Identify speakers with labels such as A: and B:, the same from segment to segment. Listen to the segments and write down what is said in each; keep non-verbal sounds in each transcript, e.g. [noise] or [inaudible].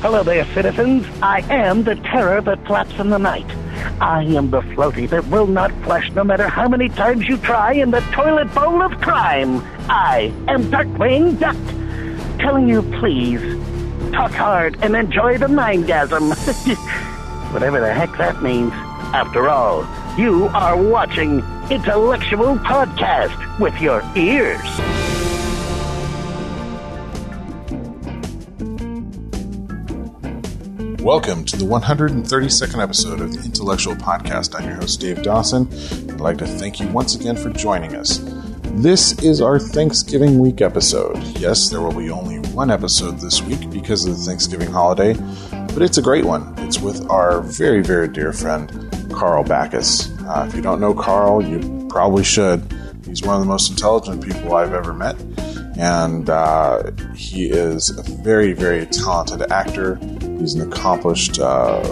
A: Hello there, citizens. I am the terror that flaps in the night. I am the floaty that will not flush no matter how many times you try in the toilet bowl of crime. I am Darkwing Duck, telling you please, talk hard and enjoy the mindgasm. [laughs] Whatever the heck that means. After all, you are watching Intellectual Podcast with your ears.
B: Welcome to the 132nd episode of the Intellectual Podcast. I'm your host, Dave Dawson. I'd like to thank you once again for joining us. This is our Thanksgiving week episode. Yes, there will be only one episode this week because of the Thanksgiving holiday, but it's a great one. It's with our very, very dear friend, Carl Backus. Uh, if you don't know Carl, you probably should. He's one of the most intelligent people I've ever met, and uh, he is a very, very talented actor. He's an accomplished uh,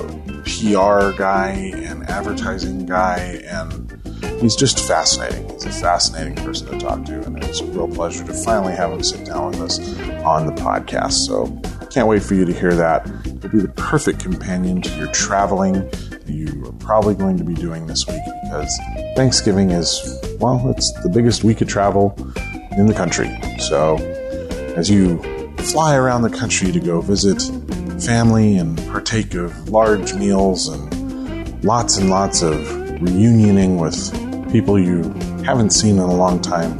B: PR guy and advertising guy, and he's just fascinating. He's a fascinating person to talk to, and it's a real pleasure to finally have him sit down with us on the podcast. So can't wait for you to hear that. It'll be the perfect companion to your traveling that you are probably going to be doing this week because Thanksgiving is, well, it's the biggest week of travel in the country. So as you fly around the country to go visit family and partake of large meals and lots and lots of reunioning with people you haven't seen in a long time.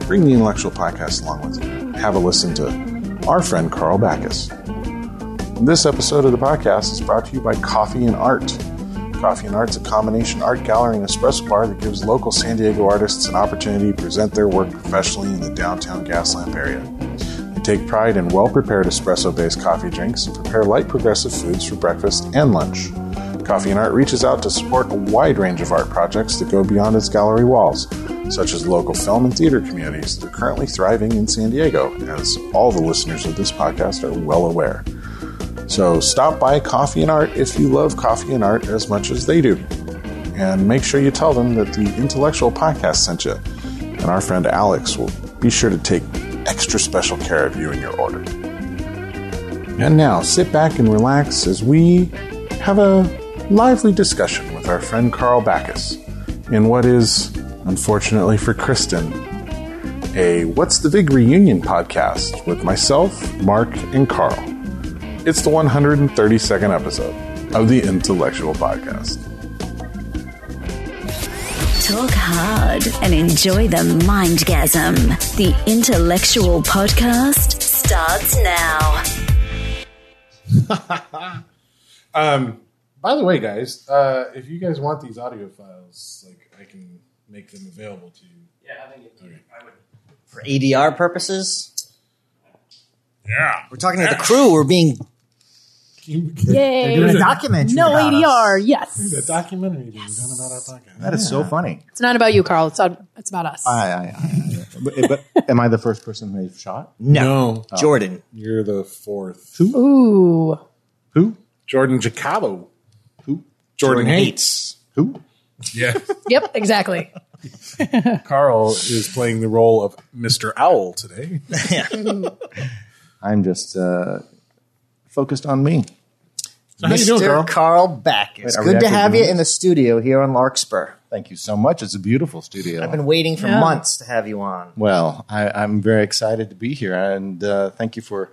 B: Bring the intellectual podcast along with you. Have a listen to our friend Carl Backus. This episode of the podcast is brought to you by Coffee and Art. Coffee and Art's a combination art gallery and espresso bar that gives local San Diego artists an opportunity to present their work professionally in the downtown Gaslamp area. They take pride in well prepared espresso based coffee drinks and prepare light progressive foods for breakfast and lunch. Coffee and Art reaches out to support a wide range of art projects that go beyond its gallery walls, such as local film and theater communities that are currently thriving in San Diego, as all the listeners of this podcast are well aware. So stop by Coffee and Art if you love coffee and art as much as they do. And make sure you tell them that the Intellectual Podcast sent you. And our friend Alex will be sure to take extra special care of you in your order. And now sit back and relax as we have a lively discussion with our friend Carl Backus in what is, unfortunately for Kristen, a What's the Big Reunion podcast with myself, Mark, and Carl. It's the 132nd episode of the Intellectual Podcast.
C: Talk hard and enjoy the mindgasm. The intellectual podcast starts now.
B: Um, by the way, guys, uh, if you guys want these audio files, like I can make them available to you.
D: for ADR purposes.
B: Yeah.
D: We're talking to the crew. We're being
E: Yay.
D: doing a
B: There's
D: documentary.
E: No
D: about
E: ADR,
B: a
D: us.
E: yes.
B: documentary being done about our podcast.
F: That is so funny.
E: It's not about you, Carl. It's, not, it's about us.
F: I, I, I, I- but, but am I the first person they've shot?
D: No,
B: No,
F: Oh.
D: Jordan.
B: you're the fourth.
E: Ooh.
F: Who?
B: Jordan Jacabo.
F: Who?
B: Jordan,
D: Jordan
B: Hates.
F: Who?
B: Yeah.
E: Yep, exactly.
B: Carl is playing the role of Mr.
G: [laughs]
B: Owl today.
F: I'm just uh, focused on me.
B: how you doing,
D: Mr.
B: Carl?
D: Backus.
F: Wait, are we
D: Good to
F: actually
D: have
F: doing
D: you in the studio here on Larkspur.
F: Thank you so much. It's a beautiful studio.
D: I've been waiting for
E: Yeah.
D: months to have you on.
F: well, I, I'm very excited to be here, and uh, thank you for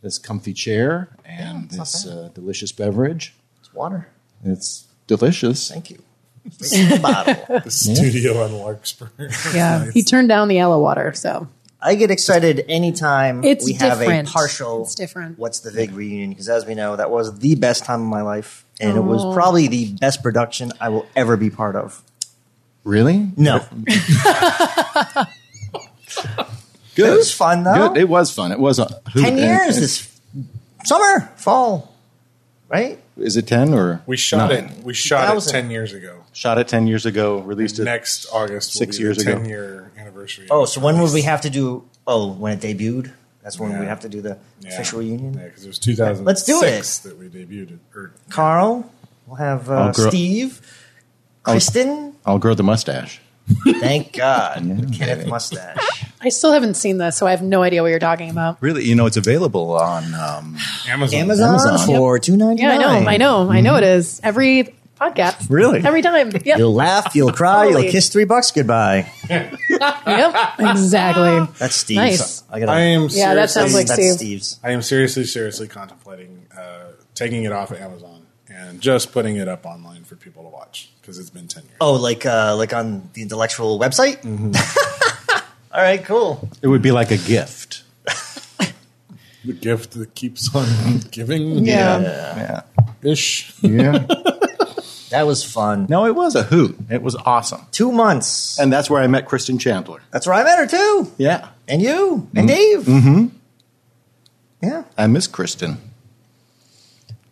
F: this comfy chair and this uh, delicious beverage.
D: It's water.
F: It's delicious.
D: Thank you. Drink
E: [laughs]
D: the bottle.
B: The studio on Larkspur.
E: Yeah. He turned down the aloe water, so
D: I get excited anytime
E: It's
D: we have
E: different.
D: a partial.
E: It's different.
D: What's the big reunion? Because as we know, that was the best time of my life, and it was
E: Oh.
D: probably the best production I will ever be part of.
F: Really?
D: No,
F: Good.
D: it was fun though.
F: Good. It was fun. It was. A, who-
D: Ten
F: and-
D: years
F: and-
D: this summer, fall, right?
F: Is it ten or
B: We shot
F: nine?
B: it. We shot it
D: 2000.
B: ten years ago.
F: Shot it ten years ago. Released it
B: Next August, will
F: Six
B: be
F: years
B: the
F: ago.
B: ten year anniversary.
D: Oh, so when would we have to do? Oh, when it debuted. That's when we
B: Yeah.
D: have to do the
B: Yeah.
D: official reunion.
B: Yeah, because it was 2006
D: Let's do it.
B: that we debuted it. Or,
D: Carl, we'll have uh,
F: I'll grow-
D: Steve, Kristen.
F: I'll grow the mustache.
D: Thank God, Kenneth mustache.
E: I I still haven't seen this, so I have no idea what you're talking about.
F: Really, you know, it's available on um,
G: Amazon.
D: Amazon,
F: Amazon.
D: for two ninety
E: Yeah,
D: nine.
E: I know, I know, I know it is. Every podcast.
F: Really?
E: Every time. Yep.
D: You'll laugh, you'll cry,
E: Totally.
D: you'll kiss three bucks goodbye.
E: yep. Exactly.
D: That's Steve's.
E: Nice.
D: I gotta,
G: I am.
E: Yeah, that sounds
G: seriously-
E: like
D: that's
E: Steve.
D: Steve's.
G: I am seriously, seriously contemplating uh, taking it off of Amazon and just putting it up online for people to watch because it's been ten years.
D: Oh, like uh, like on the intellectual website. [laughs] All right, cool.
F: It would be like a gift.
G: The gift that keeps on [laughs] giving
E: Yeah.
F: Yeah.
G: ish.
F: Yeah.
D: That was fun.
F: [laughs] no, it was a hoot. It was awesome.
D: Two months.
F: And that's where I met Kristen Chandler.
D: That's where I met her too,
F: Yeah.
D: and you and Dave. Mm-hmm. Yeah.
F: I miss Kristen.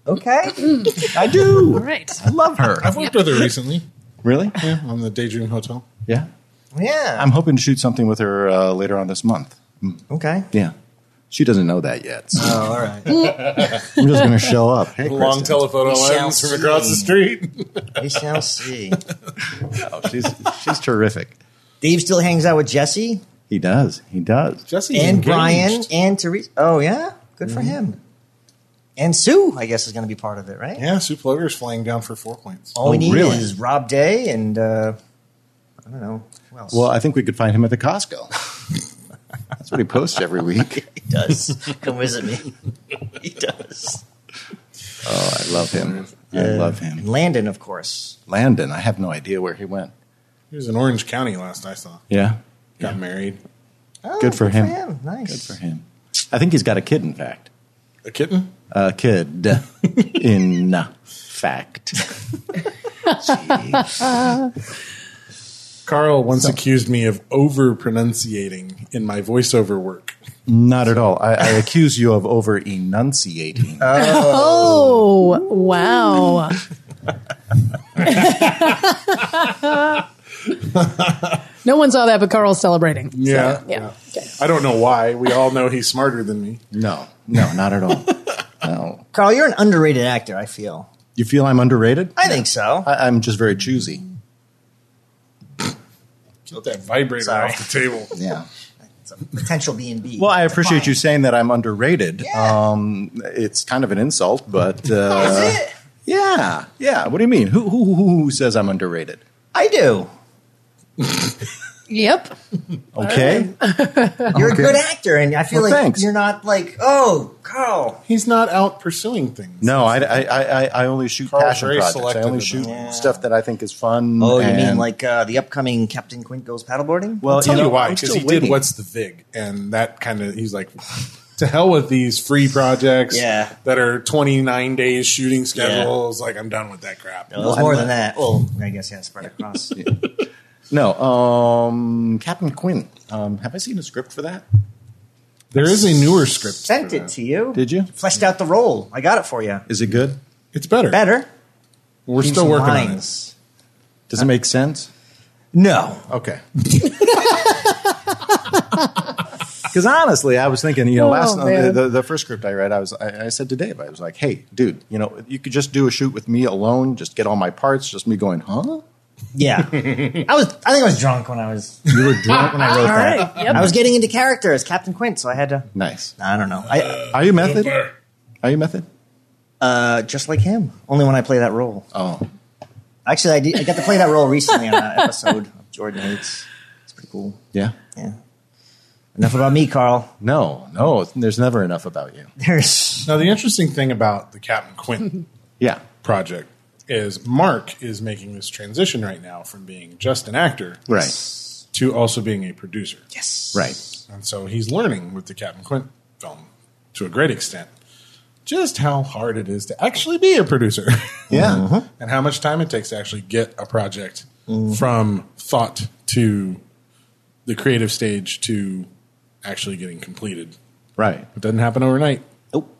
D: Okay.
F: [laughs] I do.
E: All right.
F: I love her.
G: I've worked with her recently.
F: [laughs] Really?
G: Yeah, on the Daydream Hotel.
F: Yeah.
D: yeah.
F: I'm hoping to shoot something with her uh, later on this month.
D: okay.
F: Yeah. She doesn't know that yet. So
D: Oh, all right.
F: [laughs] I'm just going to show up. Hey,
G: Long
F: Kristen.
G: telephoto
D: We shall
G: lens from across the
D: see.
G: street.
D: [laughs] we shall see.
F: Oh, she's, she's terrific.
D: Dave still hangs out with Jesse
F: He does. He does.
G: Jesse's
D: and
G: engaged.
D: Brian and Teresa. Oh yeah, good
F: Mm-hmm.
D: for him. And Sue, I guess, is going to be part of it, right?
G: Yeah, Sue Plugger's flying down for four points.
D: All we
F: Oh,
D: need
F: really?
D: is Rob Day and uh, I don't know who else.
F: Well, I think we could find him at the Costco. That's what he posts every week.
D: he [laughs] does come visit me. he does.
F: [laughs] Oh, I love him. I love
D: And
F: him.
D: Landon, of course.
F: Landon, I have no idea where he went.
G: He was in Orange County last I saw.
F: Yeah.
G: Got married.
D: Oh,
F: Good for him.
D: Nice.
F: Good for him. I think he's got a kid, in fact.
G: A kitten?
F: A [laughs] kid, in uh, fact.
G: Carl once accused me of over pronunciating in my voiceover work.
F: Not at all. I, I accuse you of over enunciating.
E: Oh, wow. [laughs] no one saw that, but Carl's celebrating. So,
G: Yeah.
E: yeah. Okay.
G: I don't know why. We all know he's smarter than me.
F: no, no, not at [laughs] all. No.
D: Carl, you're an underrated actor. I feel.
F: You feel I'm underrated?
D: I think so.
F: I, I'm just very choosy.
G: Get that vibrator
D: Sorry.
G: off the [laughs] table.
F: Yeah.
D: It's a potential B and B.
F: Well, I appreciate you saying that I'm underrated.
D: Yeah.
F: Um, it's kind of an insult, but
D: Is
F: [laughs] uh,
D: it?
F: yeah, yeah. What do you mean? Who, who, who who says I'm underrated?
D: I do.
E: Yep.
F: Okay,
D: You're a good actor, and I feel
F: Oh, Well,
D: like
F: thanks.
D: you're not like, oh, Carl.
G: He's not out pursuing things.
F: no, I, I, I, I only shoot
G: Carl's
F: passion
G: very
F: projects. I
G: selective
F: only
G: about
F: shoot
G: that.
F: stuff that I think is fun.
D: Oh, you mean
F: and-
D: like uh, the upcoming Captain Quint goes paddleboarding?
F: Well,
G: I'll tell you,
F: know,
G: why
F: I'm
G: because
F: still
G: he did
F: waiting.
G: what's the vig and that kind of he's like to hell with these free projects
D: Yeah.
G: that are 29 days shooting schedules like i'm done with that crap
D: No, it was
F: I'm
D: more
F: not-
D: than that. Well, I guess yeah, spread
F: [laughs]
D: across.
F: no, um, Captain Quinn. Um, have I seen a script for that?
G: there is a newer script
D: Sent
G: for
D: it
G: that.
D: to you.
F: Did you?
D: Fleshed out the role. I got it for you.
F: Is it good?
G: it's better
D: Better.
G: we're
D: Give
G: still
D: some
G: working on it
D: lines.
F: Does it make sense?
D: No.
F: Okay. [laughs] Because honestly, I was thinking, you know,
E: Oh,
F: last the,
E: man.
F: the, the first script I read, I was I, I said to Dave, I was like, hey, dude, you know, you could just do a shoot with me alone, just get all my parts, just me going, huh? [laughs]
D: Yeah. I was. I think I was drunk when I was.
F: You were drunk when I
D: [laughs]
F: wrote
D: All
F: that.
D: right. I was getting into character as Captain Quint, so I had to.
F: Nice.
D: I don't know. I
F: Are you method? Are you method?
D: uh, just like him. Only when I play that role.
F: Oh,
D: Actually, I, did, I got to play that role recently on
E: [laughs]
D: an episode of Jordan Hates. It's pretty cool.
F: yeah.
D: Yeah. Enough about me, Carl.
F: No, no, there's never enough about you.
D: There's.
G: now the interesting thing about the captain quinn
F: Yeah.
G: project is mark is making this transition right now from being just an actor
F: Right.
G: to also being a producer
D: Yes.
F: Right.
G: And so he's learning with the Captain Quint film to a great extent just how hard it is to actually be a producer
F: Yeah.
G: [laughs] and how much time it takes to actually get a project from thought to the creative stage to actually getting completed.
F: Right.
G: It doesn't happen overnight.
F: Nope.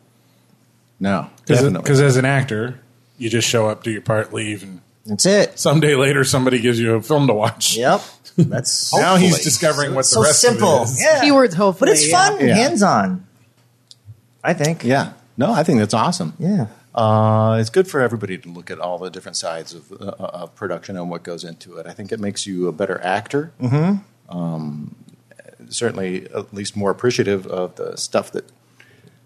F: No. Definitely.
G: Because as an actor, you just show up, do your part, leave, and
D: That's it.
G: someday later somebody gives you a film to watch.
D: Yep. That's
G: [laughs] Now
F: Hopefully.
G: he's discovering what the
D: so
G: rest
D: simple.
G: of it is.
D: Yeah.
E: Keywords, hopefully.
D: But it's
E: yeah.
D: fun,
F: Yeah.
D: hands on. I think.
F: Yeah. No, I think that's awesome.
D: Yeah.
F: Uh, it's good for everybody to look at all the different sides of, uh, of production and what goes into it. I think it makes you a better actor. Mm-hmm. Um, certainly at least more appreciative of the stuff that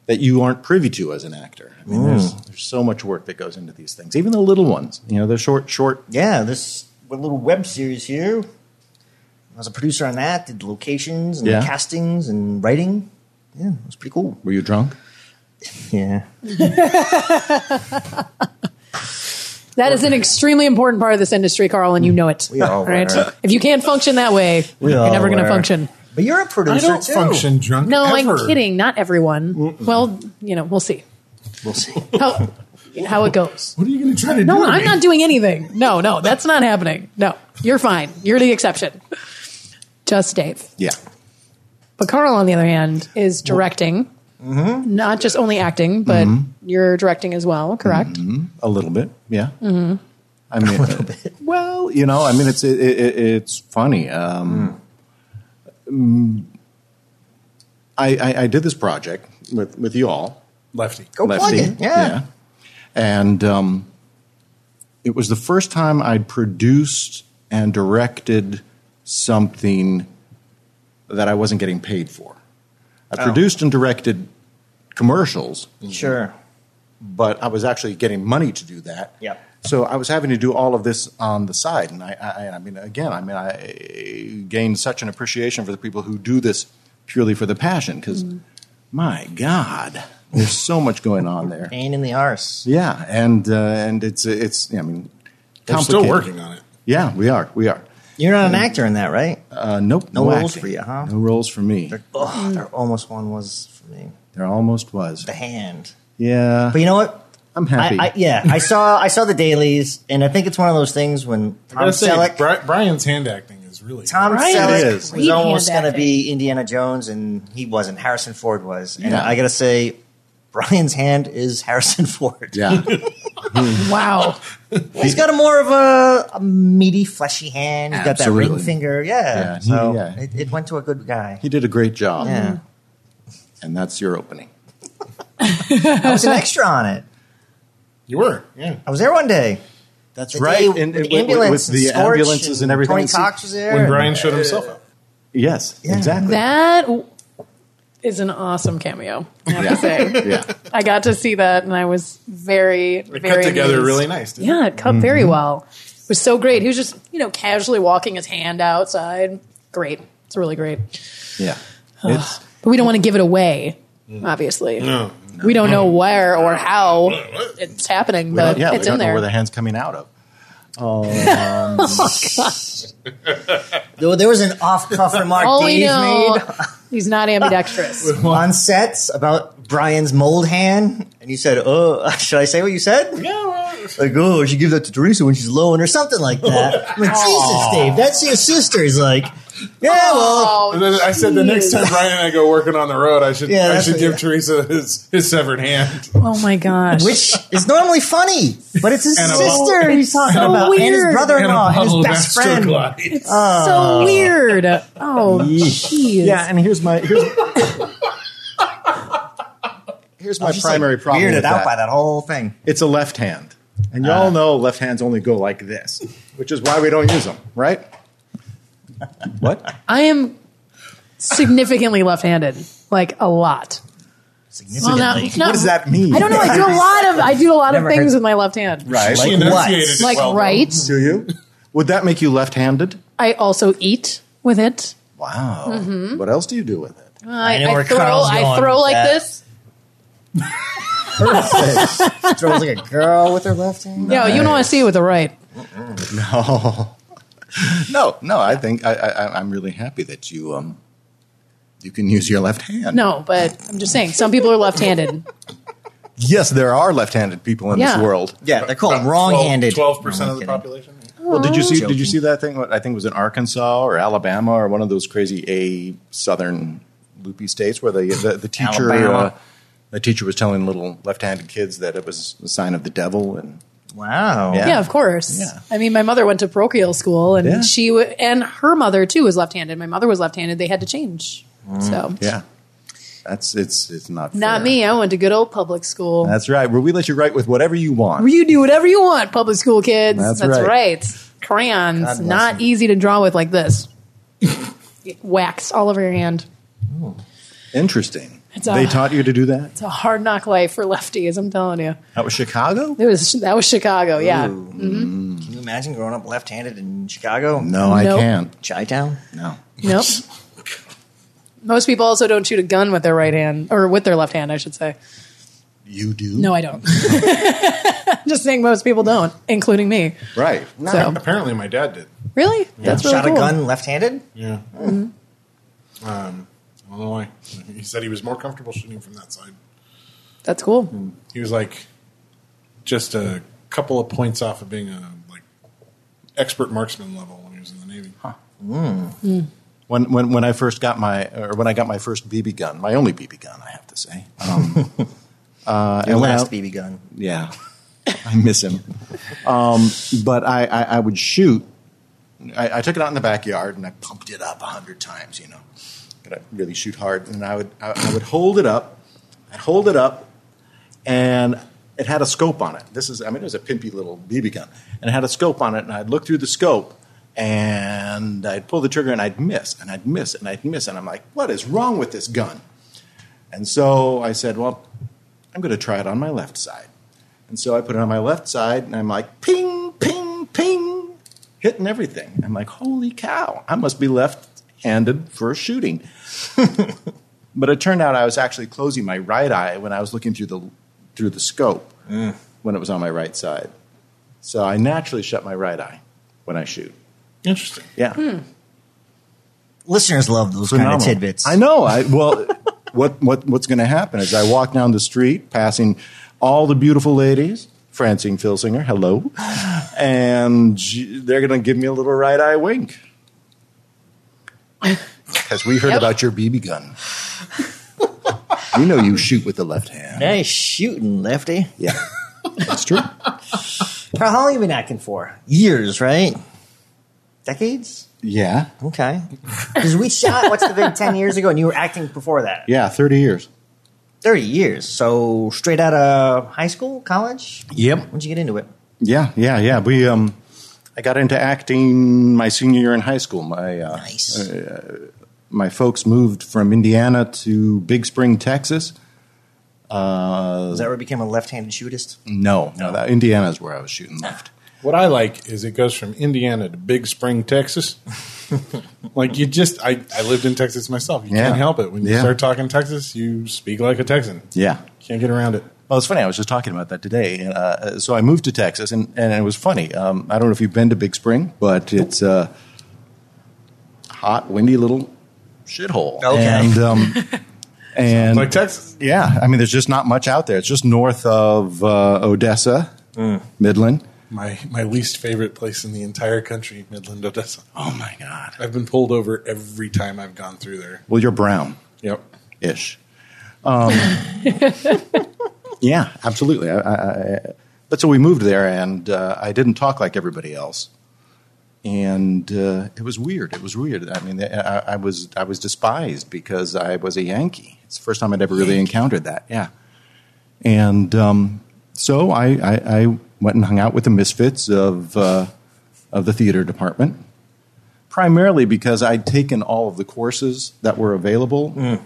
F: that you aren't privy to as an actor. I mean, there's, there's so much work that goes into these things, even the little ones. You know, the short, short.
D: Yeah, this little web series here. I was a producer on that, did locations and
F: Yeah.
D: castings and writing. Yeah, it was pretty cool.
F: Were you drunk?
D: Yeah.
E: That is an extremely important part of this industry, Carl, and you know it.
D: We all
E: right?
D: were.
E: If you can't function that way, you're
D: all
E: never going to
D: were.
E: function.
D: But you're a producer
G: I don't
D: too.
G: function drunk.
E: No,
G: ever.
E: I'm kidding. Not everyone. Well, you know, we'll see
D: We'll see.
E: how, how it goes.
G: What are you going to try to do?
E: No,
G: to
E: I'm
G: me?
E: not doing anything. No, no, that's not happening. No, you're fine. You're the exception. Just Dave.
F: Yeah.
E: But Carl, on the other hand, is directing,
D: mm-hmm.
E: not just only acting, but you're directing as well, correct?
D: Mm-hmm.
F: A little bit, yeah. Mm-hmm. I mean, [laughs] a little bit. Well, you know, I mean, it's it, it, it's funny. Um, mm, I, I I did this project with with you all,
G: lefty.
D: Go plug it. Yeah.
F: and um, it was the first time I'd produced and directed something that I wasn't getting paid for. I produced and directed commercials,
D: Sure.
F: but I was actually getting money to do that.
D: Yep.
F: So I was having to do all of this on the side, and I, I, I mean, again, I mean, I gained such an appreciation for the people who do this purely for the passion, because
D: Mm-hmm.
F: my God, there's so much going on there.
D: Pain in the arse.
F: Yeah, and uh, and it's it's I mean,
G: I'm still
F: complicated.
G: working on it.
F: Yeah, we are, we are.
D: You're not an actor in that, right?
F: Uh, nope,
D: No roles
F: acting.
D: for you, huh?
F: No roles for me.
D: Oh, there almost one was for me.
F: There almost was.
D: The hand.
F: Yeah,
D: But you know what?
F: I'm happy.
D: I, I, yeah, I saw I saw the dailies, and I think it's one of those things when
G: I
D: Tom
G: gotta say,
D: Selleck,
G: Bri- Brian's hand acting is really.
D: Tom
F: Brian
D: Selleck
F: is.
D: was almost
E: hand
D: going to be Indiana Jones, and he wasn't. Harrison Ford was, and
F: Yeah.
D: I gotta say, Brian's hand is Harrison [laughs] Ford.
F: yeah,
E: Wow.
D: He's got a more of a, a meaty, fleshy hand. He's got that
F: Absolutely.
D: ring finger. Yeah,
F: Yeah, he-
D: so
F: yeah.
D: It, it went to a good guy.
F: he did a great job.
E: Mm-hmm.
D: Yeah,
E: [laughs]
F: and that's your opening.
D: I was an extra on it.
G: You were, yeah.
D: I was there one day. That's
F: right, and- and with- with the ambulances and everything.
D: Tony
F: See,
D: Cox was there.
G: When
D: and-
G: Brian showed himself up.
F: Yes, exactly.
E: That is an awesome cameo, I have
F: Yeah.
E: to say.
F: yeah.
E: I got to see that and I was very,
G: It
E: very
G: cut together
E: amazed.
G: really nice. Didn't
E: Yeah, it cut very
F: Mm-hmm.
E: well. It was so great. He was just, you know, casually walking his hand outside. Great. It's really great.
F: Yeah. It's
E: But we don't want to give it away, obviously. No. We don't know where or how it's happening, but
F: yeah,
E: it's
F: Mm. we don't
E: in
F: know
E: there.
F: where the hand's coming out of.
D: There there was an
E: [laughs]
D: off-cuff remark
E: All we
D: Dave
E: know,
D: made
E: [laughs] he's
D: [laughs]
E: not ambidextrous.
D: on sets about Brian's mold hand, and you said, "Oh, [laughs] should I say what you said?"
G: Yeah, well,
D: Like, "Oh, she give that to Teresa when she's alone, or something like
G: [laughs]
D: that." I'm like, Jesus, Dave, that's your sister. He's like, "Yeah, well,
E: Oh,
G: And then I said the next time Brian and I go working on the road, I should
D: Yeah,
G: I
D: that's
G: should
D: what-
G: give
D: yeah.
G: Teresa his, his severed hand.
E: Oh my gosh.
D: which is normally funny, but it's his
G: And a-
D: sister he's talking
E: so
D: about, and his
E: weird.
D: brother-in-law, and,
G: bottle
D: his
G: of
D: best friend."
G: Astroglide. [laughs]
E: it's so weird. Oh, jeez.
F: Yeah, and here's my here's, here's my
D: Just, like,
F: primary problem.
D: weirded
F: with
D: out
F: that.
D: by that whole thing.
F: It's a left hand, and y'all know left hands only go like this, which is why we don't use them, right? What?
E: I am significantly left-handed, like a lot. Well,
D: Significantly,
E: not- not-
F: What does that mean?
E: I don't know. I do a lot of I do a lot of
D: Never
E: things
D: heard-
E: with my left hand.
F: Right.
G: She
D: Like what?
G: enunciated it
E: Like
G: well, though.
E: right.
F: Do you? Would that make you left-handed?
E: I also eat with it.
F: Wow.
E: Hmm?
F: What else do you do with it?
E: I,
D: know
E: I
D: where
E: throw
D: Carl's
E: I
D: going
E: throw
D: with
E: like
D: that.
E: this.
D: throws like a girl with her left
G: [laughs]
D: hand.
E: Yeah, you don't want to see it with the right.
F: No, [laughs] no, no. I think I, I, I- I'm really happy that you um you can use your left hand.
E: No, but I'm just saying some people are left-handed.
F: Yes, there are left-handed people in
E: Yeah.
F: this world.
D: Yeah, they're called wrong-handed.
G: Twelve percent
D: No, I'm
G: of the
D: kidding.
G: population.
F: Well, did you see?
D: Joking.
F: Did you see that thing? What I think was in Arkansas or Alabama or one of those crazy a southern loopy states where the the, the teacher uh,
D: Alabama.
F: the teacher was telling little left-handed kids that it was a sign of the devil and
D: Wow.
F: Yeah.
E: Yeah, of course.
F: Yeah.
E: I mean, my mother went to parochial school, and
F: Yeah.
E: she w- and her mother too was left-handed. My mother was left-handed. They had to change. So
F: yeah, that's it's it's not
E: not
F: fair.
E: me. I went to good old public school.
F: That's right. Where we let you write with whatever you want.
E: you do whatever you want, public school kids.
F: That's
E: That's,
F: right.
E: right. Crayons,
D: bless
E: not
D: them. [laughs]
E: easy to draw with like this. wax all over your hand.
F: Interesting.
E: It's a-
F: they taught you to do that?
E: It's a hard knock life for lefties. I'm telling you,
F: That was Chicago?
E: it was that was Chicago. Yeah, Mm-hmm.
D: Can you imagine growing up left-handed in Chicago?
F: No, I
E: Nope.
F: can't.
D: Chi-town?
F: No.
E: nope. Most people also don't shoot a gun with their right hand or with their left hand, I should say.
F: You do?
E: No, I don't. [laughs] Just saying, most people don't, including me.
F: Right.
E: So
G: Apparently, my dad did.
E: really, that's really
D: Shot
E: cool.
D: a gun left-handed?
G: Yeah.
D: Mm-hmm.
G: Um, I don't know why. He said he was more comfortable shooting from that side.
E: That's cool.
D: Mm-hmm.
G: He was like just a couple of points off of being a like expert marksman level when he was in the Navy.
F: When, when, when I first got my, or when I got my first BB gun, my only BB gun, I have to say. Um, uh,
D: Your
F: and when I-
D: last BB gun.
F: Yeah, [laughs] I miss him. Um, but I, I, I would shoot. I, I took it out in the backyard and I pumped it up a hundred times. You know, gotta really shoot hard. And I would I, I would hold it up. I'd hold it up, and it had a scope on it. This is I mean it was a pimpy little BB gun, and it had a scope on it. And I'd look through the scope. And I'd pull the trigger and I'd miss and I'd miss and I'd miss. And I'm like, what is wrong with this gun? And so I said, well, I'm going to try it on my left side. And so I put it on my left side, and I'm like, ping, ping, ping, hitting everything. I'm like, holy cow, I must be left handed for shooting. [laughs] but it turned out I was actually closing my right eye when I was looking through the, through the scope when it was on my right side. So I naturally shut my right eye when I shoot.
G: Interesting.
F: Yeah.
D: Listeners love those kind of
F: Phenomenal.
D: tidbits.
F: I know. I well, [laughs] what what what's going to happen is I walk down the street, passing all the beautiful ladies. Francine Filsinger, [gasps] hello, and she- they're going to give me a little right eye wink because we heard about your BB [laughs] gun. we know you shoot with the left hand.
D: Nice shooting, lefty.
F: Yeah, that's true.
D: How long you been acting for? Years, right? Decades?
F: Yeah, [laughs]
D: Okay. Because we shot what's the big ten years ago, and you were acting before that.
F: yeah, thirty years.
D: Thirty years. So straight out of high school, college.
F: Yep.
D: When'd you get into it?
F: Yeah, yeah, yeah. We um, I got into acting my senior year in high school. My uh,
D: Nice.
F: my folks moved from Indiana to Big Spring, Texas. Uh,
D: Is that where you became a left-handed shootist?
F: no, no, that, Indiana is where I was shooting left.
G: What I like is it goes from Indiana to Big Spring, Texas. [laughs] like you just, I, I lived in Texas myself. You
F: Yeah.
G: can't help it. When you
F: Yeah.
G: start talking Texas, you speak like a Texan.
F: Yeah.
G: Can't get around it.
F: Well, it's funny. I was just talking about that today. Uh, so I moved to Texas, and, and it was funny. Um, I don't know if you've been to Big Spring, but it's a hot, windy little shithole.
D: Okay.
F: And, [laughs] um, and
G: Like Texas.
F: yeah, I mean, there's just not much out there. It's just north of uh, Odessa, Midland.
G: My, my least favorite place in the entire country, Midland, Odessa.
F: Oh my God.
G: I've been pulled over every time I've gone through there.
F: Well, you're brown.
G: Yep.
F: ish. Um, [laughs] yeah, absolutely. I, I, I, but so we moved there, and uh, I didn't talk like everybody else, and uh, it was weird. It was weird. I mean, I, I was I was despised because I was a Yankee. It's the first time I'd ever really encountered that. Yeah, and um, so I, I, I went and hung out with the misfits of uh, of the theater department. Primarily because I'd taken all of the courses that were available, uh,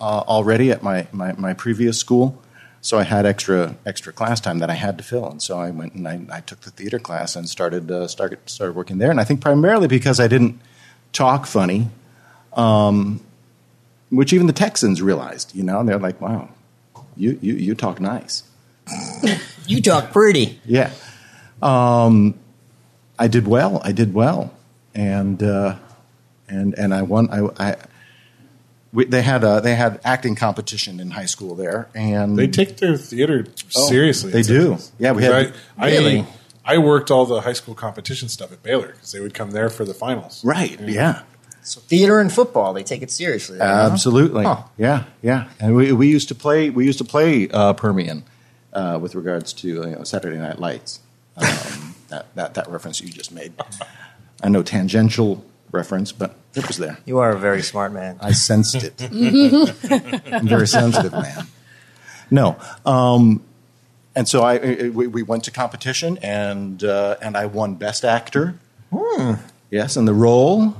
F: already at my, my, my previous school. So I had extra extra class time that I had to fill, and so I went and I, I took the theater class and started uh, started started working there. And I think primarily because I didn't talk funny, um, which even the Texans realized. You know, and they're like, "Wow, you you you talk nice."
D: [laughs] You talk pretty.
F: Yeah, um, I did well. I did well, and uh, and and I won. I, I we, they had a, they had acting competition in high school there, and
G: They take their theater seriously. in
F: Mm. they do.
G: Texas.
F: Yeah, we
G: 'Cause
F: had-
G: I, I,
F: Really?
G: I worked all the high school competition stuff at Baylor because they would come there for the finals.
F: right. Yeah,
D: So theater and football, they take it seriously. you know?
F: Uh, absolutely.
D: Huh.
F: Yeah, yeah. And we, we used to play we used to play uh, Permian uh, with regards to you know, Saturday Night Lights.
D: [laughs]
F: Um, that, that that reference you just made. I know tangential reference, but it was there.
D: You are a very smart man.
F: [laughs] I sensed it. I'm a very sensitive man. No, um, and so I I- we, we went to competition and uh, and I won best actor. Yes, in the role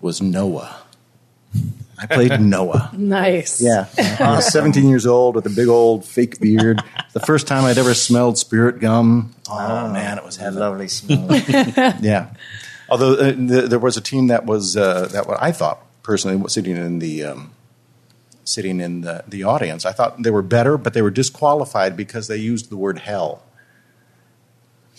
F: was Noah. I played Noah.
E: Nice.
F: Yeah. I was 17 years old with a big old fake beard. The first time I'd ever smelled spirit gum. Oh, man, it was
D: That
F: heaven. [laughs]
D: lovely smell.
F: Yeah. Although uh, th- there was a team that was uh, that what I thought personally was sitting in the um, sitting in the, the audience. I thought they were better, but they were disqualified because they used the word hell.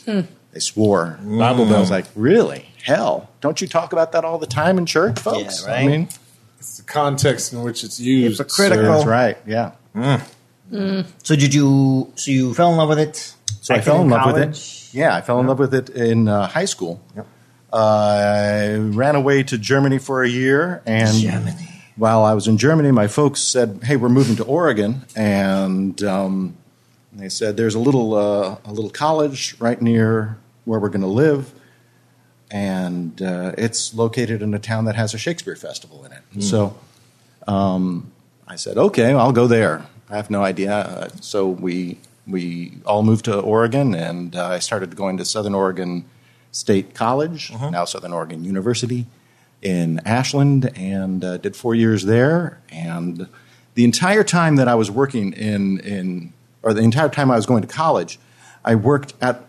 F: They swore. Bible Belt was like, really? Hell? Don't you talk about that all the time in church, folks?
D: right.
F: I mean,
G: It's the context in which it's used.
D: Hypocritical.
G: sir.
F: that's right. Yeah.
D: so did you? So you fell in love with it?
F: So I
D: Back
F: fell in love
D: college?
F: with it. Yeah, I fell in love with it in uh, high school. Uh, I ran away to Germany for a year, and
D: Germany.
F: while I was in Germany, my folks said, "Hey, we're moving to Oregon," and um, they said, "There's a little uh, a little college right near where we're going to live." And uh, it's located in a town that has a Shakespeare festival in it. So I said, okay, I'll go there. I have no idea. Uh, so we we all moved to Oregon, and uh, I started going to Southern Oregon State College,
D: Mm-hmm.
F: now Southern Oregon University, in Ashland, and uh, did four years there. And the entire time that I was working in in or the entire time I was going to college, I worked at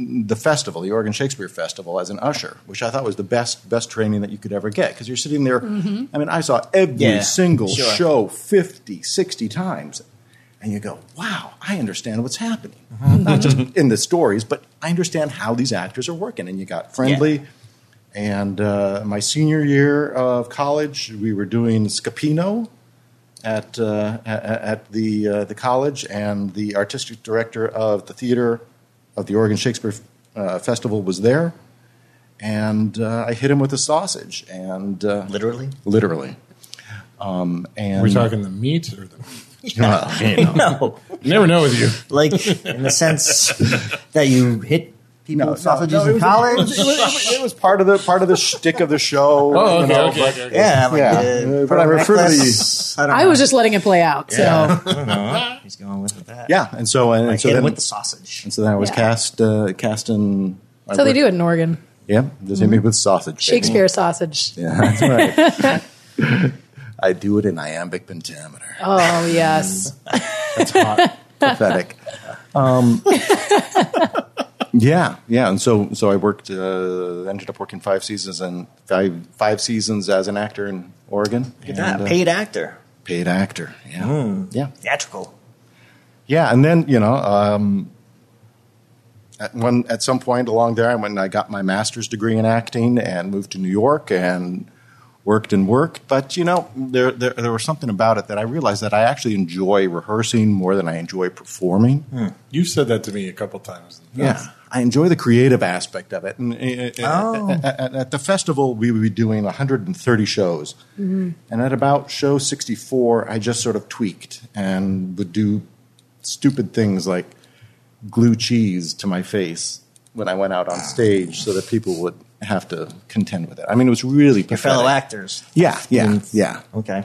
F: the festival, the Oregon Shakespeare Festival, as an usher, which I thought was the best best training that you could ever get because you're sitting there. I mean, I saw every
D: Mm-hmm. Yeah,
F: single
D: sure.
F: show 50, 60 times, and you go, "Wow, I understand what's happening." Not just in the stories, but I understand how these actors are working. And you got friendly. And uh, my senior year of college, we were doing Scapino at uh, at, at the uh, the college, and the artistic director of the theater of the Oregon Shakespeare uh, Festival was there, and uh, I hit him with a sausage, and uh,
D: Literally? [laughs]
F: literally, um, and
G: Are we talking the meat or the.
F: Well,
G: [laughs]
F: you know.
D: No,
G: You never know with you.
D: like in the
F: [laughs]
D: sense that you hit people with sausages
F: no, it
D: in
F: was-
D: college.
F: It was, it was part of the part of the shtick of the show.
D: [laughs]
G: Oh,
F: you
G: okay,
F: know,
G: okay,
F: but-
G: okay, okay.
D: yeah, like, uh,
F: Yeah. Uh,
D: put
F: but I
D: on a
F: refer to
D: necklace. [laughs] I, don't
E: I
D: know.
E: was just letting it play out. So
D: He's going with that.
F: yeah, and so and,
D: like
F: so
D: hit him
F: then
D: with the sausage.
F: and so then I was
E: Yeah.
F: cast uh, cast in.
E: so they do it in Oregon.
F: Yeah, just hit me with sausage. baby.
E: Shakespeare sausage.
F: Yeah, that's right. [laughs] I do it in iambic pentameter.
E: Oh yes.
F: Pathetic. Um, yeah, yeah, and so so I worked. Uh, ended up working five seasons and five five seasons as an actor in Oregon.
D: Yeah,
F: and, uh,
D: paid actor,
F: paid actor. Yeah, yeah,
D: theatrical.
F: yeah, and then you know. Um, at one at some point along there, I went and I got my master's degree in acting and moved to New York and worked and worked. But you know, there there, there was something about it that I realized that I actually enjoy rehearsing more than I enjoy performing.
G: You've said that to me a couple times.
F: Yeah, I enjoy the creative aspect of it. And uh, uh, at, at- at the festival, we would be doing 130 shows, and at about show 64, I just sort of tweaked and would do stupid things like glue cheese to my face when I went out on stage, so that people would have to contend with it. I mean, it was really
D: Your fellow actors.
F: Yeah, yeah, yeah,
D: Okay.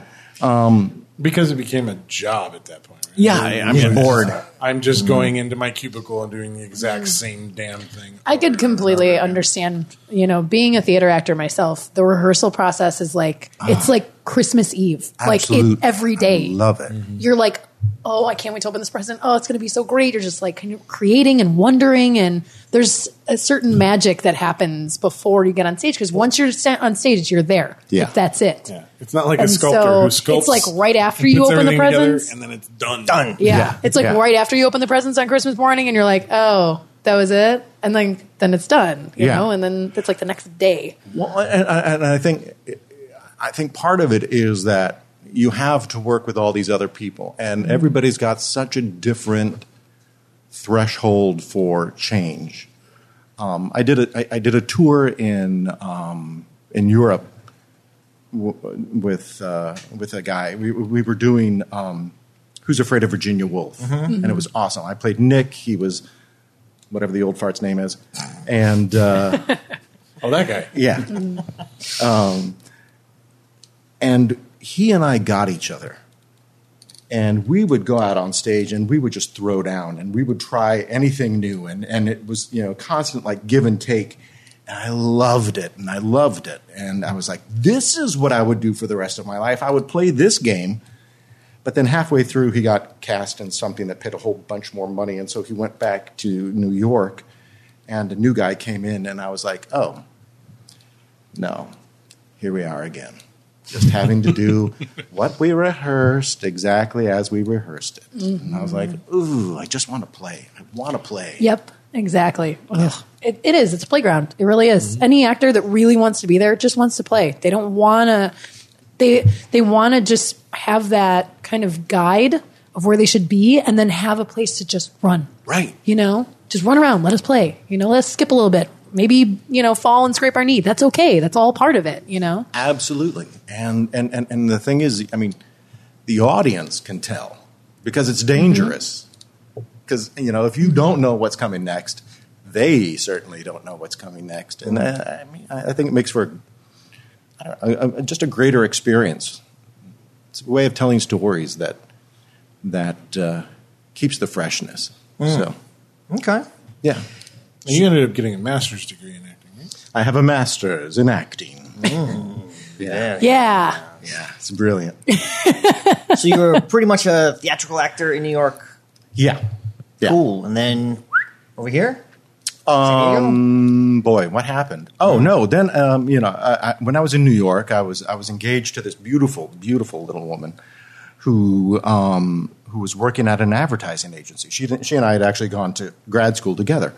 G: Because it became a job at that point. Right?
F: yeah. I, I'm bored.
G: I'm just going into my cubicle and doing the exact same damn thing.
E: I could completely understand, you know, being a theater actor myself, the rehearsal process is like it's like Christmas Eve. Like
F: Ah. Absolute.
E: it, every day. Mm-hmm.
F: I love it.
E: you're like, oh, I can't wait to open this present. Oh, it's going to be so great. You're just like kind of creating and wondering, and there's a certain magic that happens before you get on stage because once you're sta- on stage, you're there.
F: Yeah.
E: Like, that's it.
G: Yeah. It's not like a
E: And
G: sculptor
E: so
G: who sculpts.
E: it's like right after
G: puts
E: you open the
G: everything together,
E: presents.
G: and then it's done. Oh,
D: Done.
E: yeah.
F: Yeah.
E: it's like
F: Yeah.
E: right after you open the presents on Christmas morning, and you're like, oh, that was it, and then then it's done, you
F: Yeah.
E: know, and then it's like the next day.
F: Well, and, and and I think I think part of it is that you have to work with all these other people, and everybody's got such a different threshold for change. Um, I did a, I, I did a tour in um, in Europe w- with uh, with a guy. We, we were doing um, Who's Afraid of Virginia Woolf, and it was awesome. I played Nick. He was whatever the old fart's name is, and. Uh,
G: Oh, that guy.
F: yeah. um, and he and I got each other. And we would go out on stage and we would just throw down and we would try anything new. And, and it was, you know, constant like give and take. And I loved it. And I loved it. And I was like, this is what I would do for the rest of my life. I would play this game. But then halfway through, he got cast in something that paid a whole bunch more money. And so he went back to New York. And a new guy came in. And I was like, oh, no, here we are again. Just having to do what we rehearsed exactly as we rehearsed it. And I was like, ooh, I just want to play. I want to play.
E: Yep, exactly. Ugh. It, it is. It's a playground. It really is.
F: Mm-hmm.
E: Any actor that really wants to be there just wants to play. They don't want to. They they want to just have that kind of guide of where they should be, and then have a place to just run.
F: Right.
E: You know, just run around. Let us play. You know, let's skip a little bit. Maybe you know, fall and scrape our knee. That's okay. That's all part of it. You know.
F: Absolutely. And, and, and, and the thing is, I mean, the audience can tell because it's dangerous. Because, you know, if you don't know what's coming next, they certainly don't know what's coming next. And I, I mean, I I think it makes for I don't know, a- a- just a greater experience. It's a way of telling stories that, that uh, keeps the freshness. So,
D: Okay.
F: yeah.
G: You ended up getting a master's degree in acting, right?
F: I have a master's in acting. [laughs] yeah.
E: Yeah.
F: Yeah. It's brilliant.
D: So you were [laughs] pretty much a theatrical actor in New York.
F: yeah. Yeah.
D: Cool. And then over here?
F: Um, boy, what happened? Oh
D: Hmm.
F: no! Then um, you know, I, I, when I was in New York, I was I was engaged to this beautiful, beautiful little woman who um, who was working at an advertising agency. She didn't, she and I had actually gone to grad school together,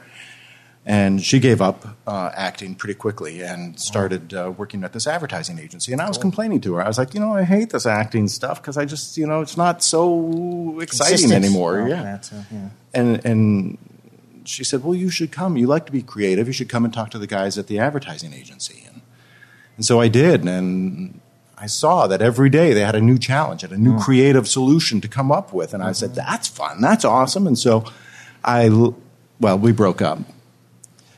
F: and she gave up uh, acting pretty quickly and started uh, working at this advertising agency. And I was complaining to her. I was like, you know, I hate this acting stuff because I just you know it's not so exciting
D: Consistent.
F: anymore.
D: Oh,
F: yeah
D: that's a- yeah.
F: and and she said, "Well, you should come. You like to be creative. You should come and talk to the guys at the advertising agency." And, and so I did, and I saw that every day they had a new challenge and a new creative solution to come up with. And I said, "That's fun. That's awesome." And so I, l- well, we broke up,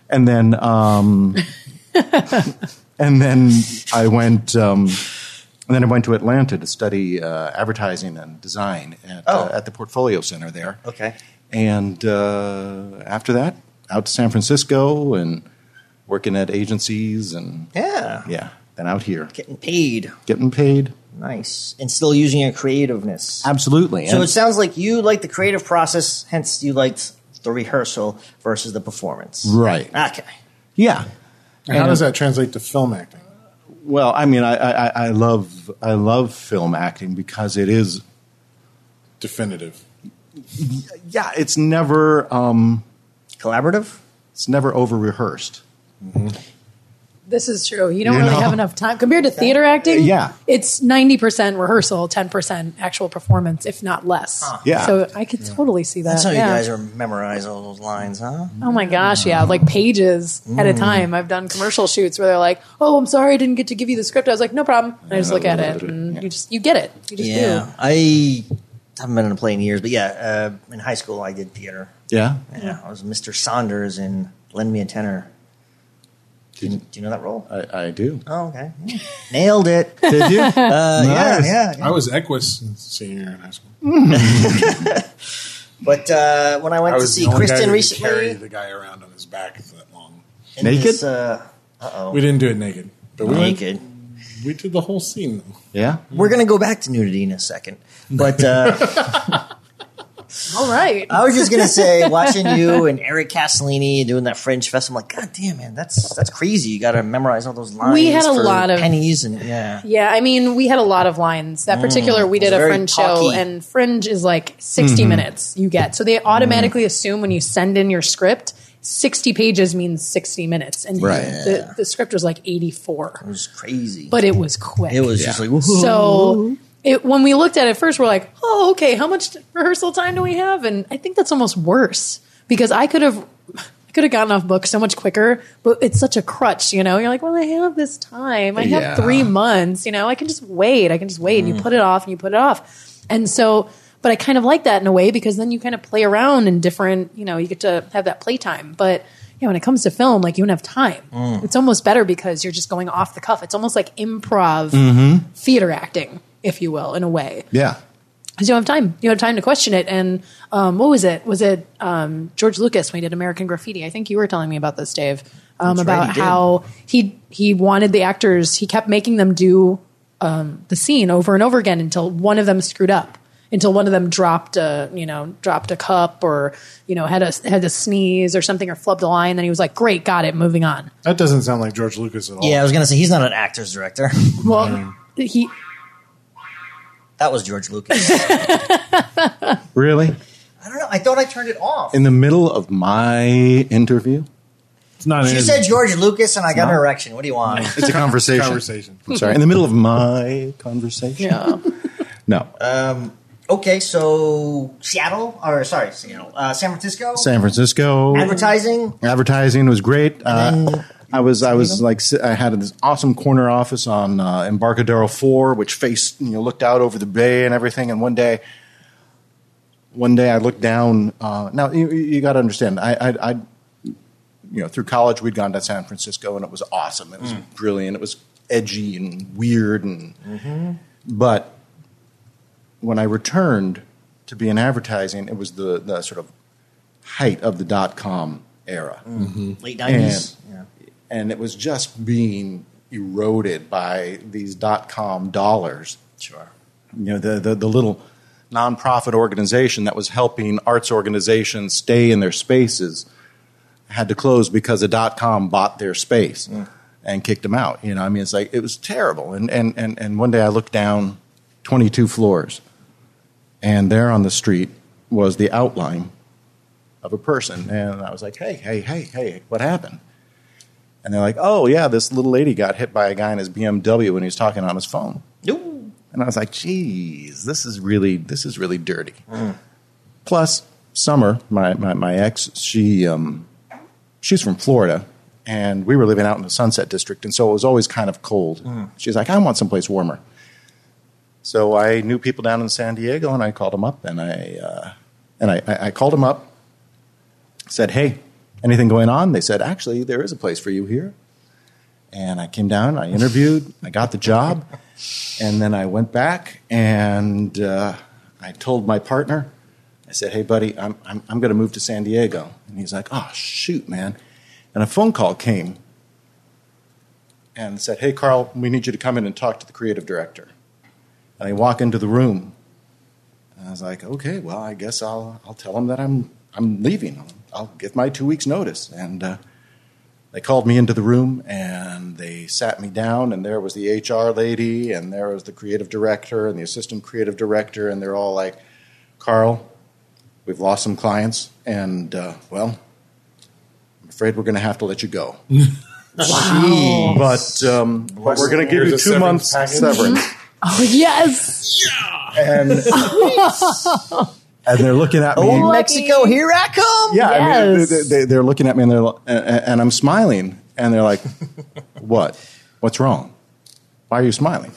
F: and then um, and then I went. Um, and then I went to Atlanta to study uh, advertising and design at, uh,
D: Oh.
F: at the Portfolio Center there.
D: Okay.
F: And uh, after that, out to San Francisco and working at agencies and
D: Yeah.
F: yeah, then out here
D: Getting paid.
F: getting paid.
D: Nice. And still using your creativeness.
F: Absolutely.
D: So
F: And-
D: it sounds like you like the creative process, hence you liked the rehearsal versus the performance.
F: right.
D: Okay.
F: Yeah.
G: And how does that translate to film acting?
F: Well, I mean, I, I, I- I love I love film acting because it is
G: Definitive.
F: yeah, it's never um,
D: Collaborative?
F: it's never over rehearsed.
E: This is true. You don't
F: You
E: really
F: know?
E: have enough time compared to theater acting.
F: Yeah.
E: it's ninety percent rehearsal, ten percent actual performance, if not less.
F: Yeah.
E: so I could totally see that.
D: That's how
E: yeah.
D: you guys are memorize all those lines, huh?
E: Oh my gosh, yeah, like pages at
D: Mm.
E: a time. I've done commercial shoots where they're like, "Oh, I'm sorry, I didn't get to give you the script." I was like, "No problem." And I just look at it, and you just you get it. You just
D: yeah.
E: do.
D: I haven't been in a play in years, but yeah, uh, in high school I did theater.
F: Yeah.
D: Yeah. I was Mr. Saunders in Lend Me a Tenor. Do you, do you know that role?
F: I, I do.
D: Oh, okay. Yeah. Nailed it. Uh,
F: [laughs] Did you?
D: yeah, yeah, yeah.
G: I was Equus in senior year in high school.
D: But uh, when I went
G: I
D: to
G: was
D: see
G: the only guy
D: Kristen
G: who could
D: recently,
G: Carry the guy around on his back for that long.
D: in
F: Naked?
D: this, uh,
G: We didn't do it naked, but we went-
D: naked.
G: we did the whole scene though.
F: Yeah.
D: We're going to go back to nudity in a second. But
F: [laughs]
D: uh,
E: All right,
D: I was just going to
E: [laughs]
D: say, watching you and Eric Castellini doing that Fringe Fest, I'm like, God damn, man, that's that's crazy. You got to memorize all those lines.
E: We had a
D: for
E: lot of-
D: pennies and yeah.
E: Yeah, I mean, we had a lot of lines. That particular, we did a
D: Mm. very
E: fringe show,
D: talky. Mm-hmm.
E: and fringe is like 60 minutes you get. So they
D: Mm.
E: automatically assume when you send in your script, 60 pages means 60 minutes. And
F: Right.
E: the, the script was like 84,
D: It was crazy.
E: but it was quick.
D: it was just like, whoa.
E: So it, when we looked at it first, we're like, oh, okay, how much rehearsal time do we have? And I think that's almost worse because I could have. I could have gotten off book so much quicker, but it's such a crutch, you know. You're like, well, I have this time. I have
F: Yeah.
E: three months, you know. I can just wait. I can just wait. And you put it off and you put it off. And so, but I kind of like that in a way because then you kind of play around in different, you know, you get to have that playtime. But yeah, when it comes to film, like you don't have time. It's almost better because you're just going off the cuff. It's almost like improv theater acting, if you will, in a way.
F: Yeah.
E: because you don't have time. You don't have time to question it. And um, what was it? Was it um, George Lucas when he did American Graffiti? I think you were telling me about this, Dave, um,
D: right,
E: about
D: he did.
E: how he he wanted the actors. He kept making them do um, the scene over and over again until one of them screwed up, until one of them dropped a you know dropped a cup or you know had a had a sneeze or something or flubbed a line. Then he was like, "Great, got it, moving on."
G: That doesn't sound like George Lucas at all.
D: Yeah, I was gonna say he's not an actor's director. [laughs]
E: Well, he
D: that was George
E: [laughs]
D: Lucas. I
F: Really?
D: don't know. I thought I turned it off.
F: In the middle of my interview?
G: It's not
D: She
G: an
D: said George Lucas, and I got an erection. What do you want?
F: It's a conversation. [laughs]
G: conversation.
F: I'm sorry. In the middle of my conversation?
E: yeah.
F: No.
D: Uh, Okay, so Seattle, or sorry, Seattle, uh, San Francisco.
F: San Francisco.
D: Advertising.
F: Advertising was great. Uh,
D: then-
F: I was I was like si- I had this awesome corner office on uh, Embarcadero Four, which faced you know looked out over the bay and everything. And one day, one day I looked down. Uh, now you, you got to understand, I, I, I you know through college we'd gone to San Francisco and it was awesome. It was
D: Mm.
F: brilliant. It was edgy and weird and
D: Mm-hmm.
F: but when I returned to be in advertising, it was the the sort of height of the dot com era
D: Mm-hmm. Late 90s.
F: and, and it was just being eroded by these dot com dollars.
D: Sure.
F: You know, the, the, the little nonprofit organization that was helping arts organizations stay in their spaces had to close because a dot com bought their space and kicked them out. You know, I mean, it's like it was terrible. And, and, and, and one day I looked down 22 floors, and there on the street was the outline of a person. And I was like, hey, hey, hey, hey, what happened? And they're like, oh, yeah, this little lady got hit by a guy in his BMW when he was talking on his phone.
D: Ooh.
F: And I was like, geez, this is really, this is really dirty. Plus, Summer, my, my, my ex, she, um, she's from Florida, and we were living out in the Sunset District, and so it was always kind of cold. She's like, I want someplace warmer. So I knew people down in San Diego, and I called them up, and I, uh, and I, I, I called them up, said, hey, anything going on? They said, actually, there is a place for you here. And I came down, I interviewed, I got the job, and then I went back and uh, I told my partner, I said, hey, buddy, I'm, I'm, I'm going to move to San Diego. And he's like, oh, shoot, man. And a phone call came and said, hey, Carl, we need you to come in and talk to the creative director. And I walk into the room. And I was like, okay, well, I guess I'll, I'll tell him that I'm, I'm leaving. I'll, I'll give my two weeks' notice. And uh, they called me into the room and they sat me down and there was the hr lady and there was the creative director and the assistant creative director and they're all like carl we've lost some clients and uh, well i'm afraid we're going to have to let you go but, um, but we're going to give
G: Here's
F: you two
G: a severance
F: months
G: package.
F: severance
E: Oh [laughs] yes.
F: and, and they're looking at me
D: Oh, Mexico, here I come.
F: yeah, I mean,
E: Yes.
F: they, they, they're looking at me and they're li- and, and I'm smiling and they're [laughs] like, "What? What's wrong? Why are you smiling?"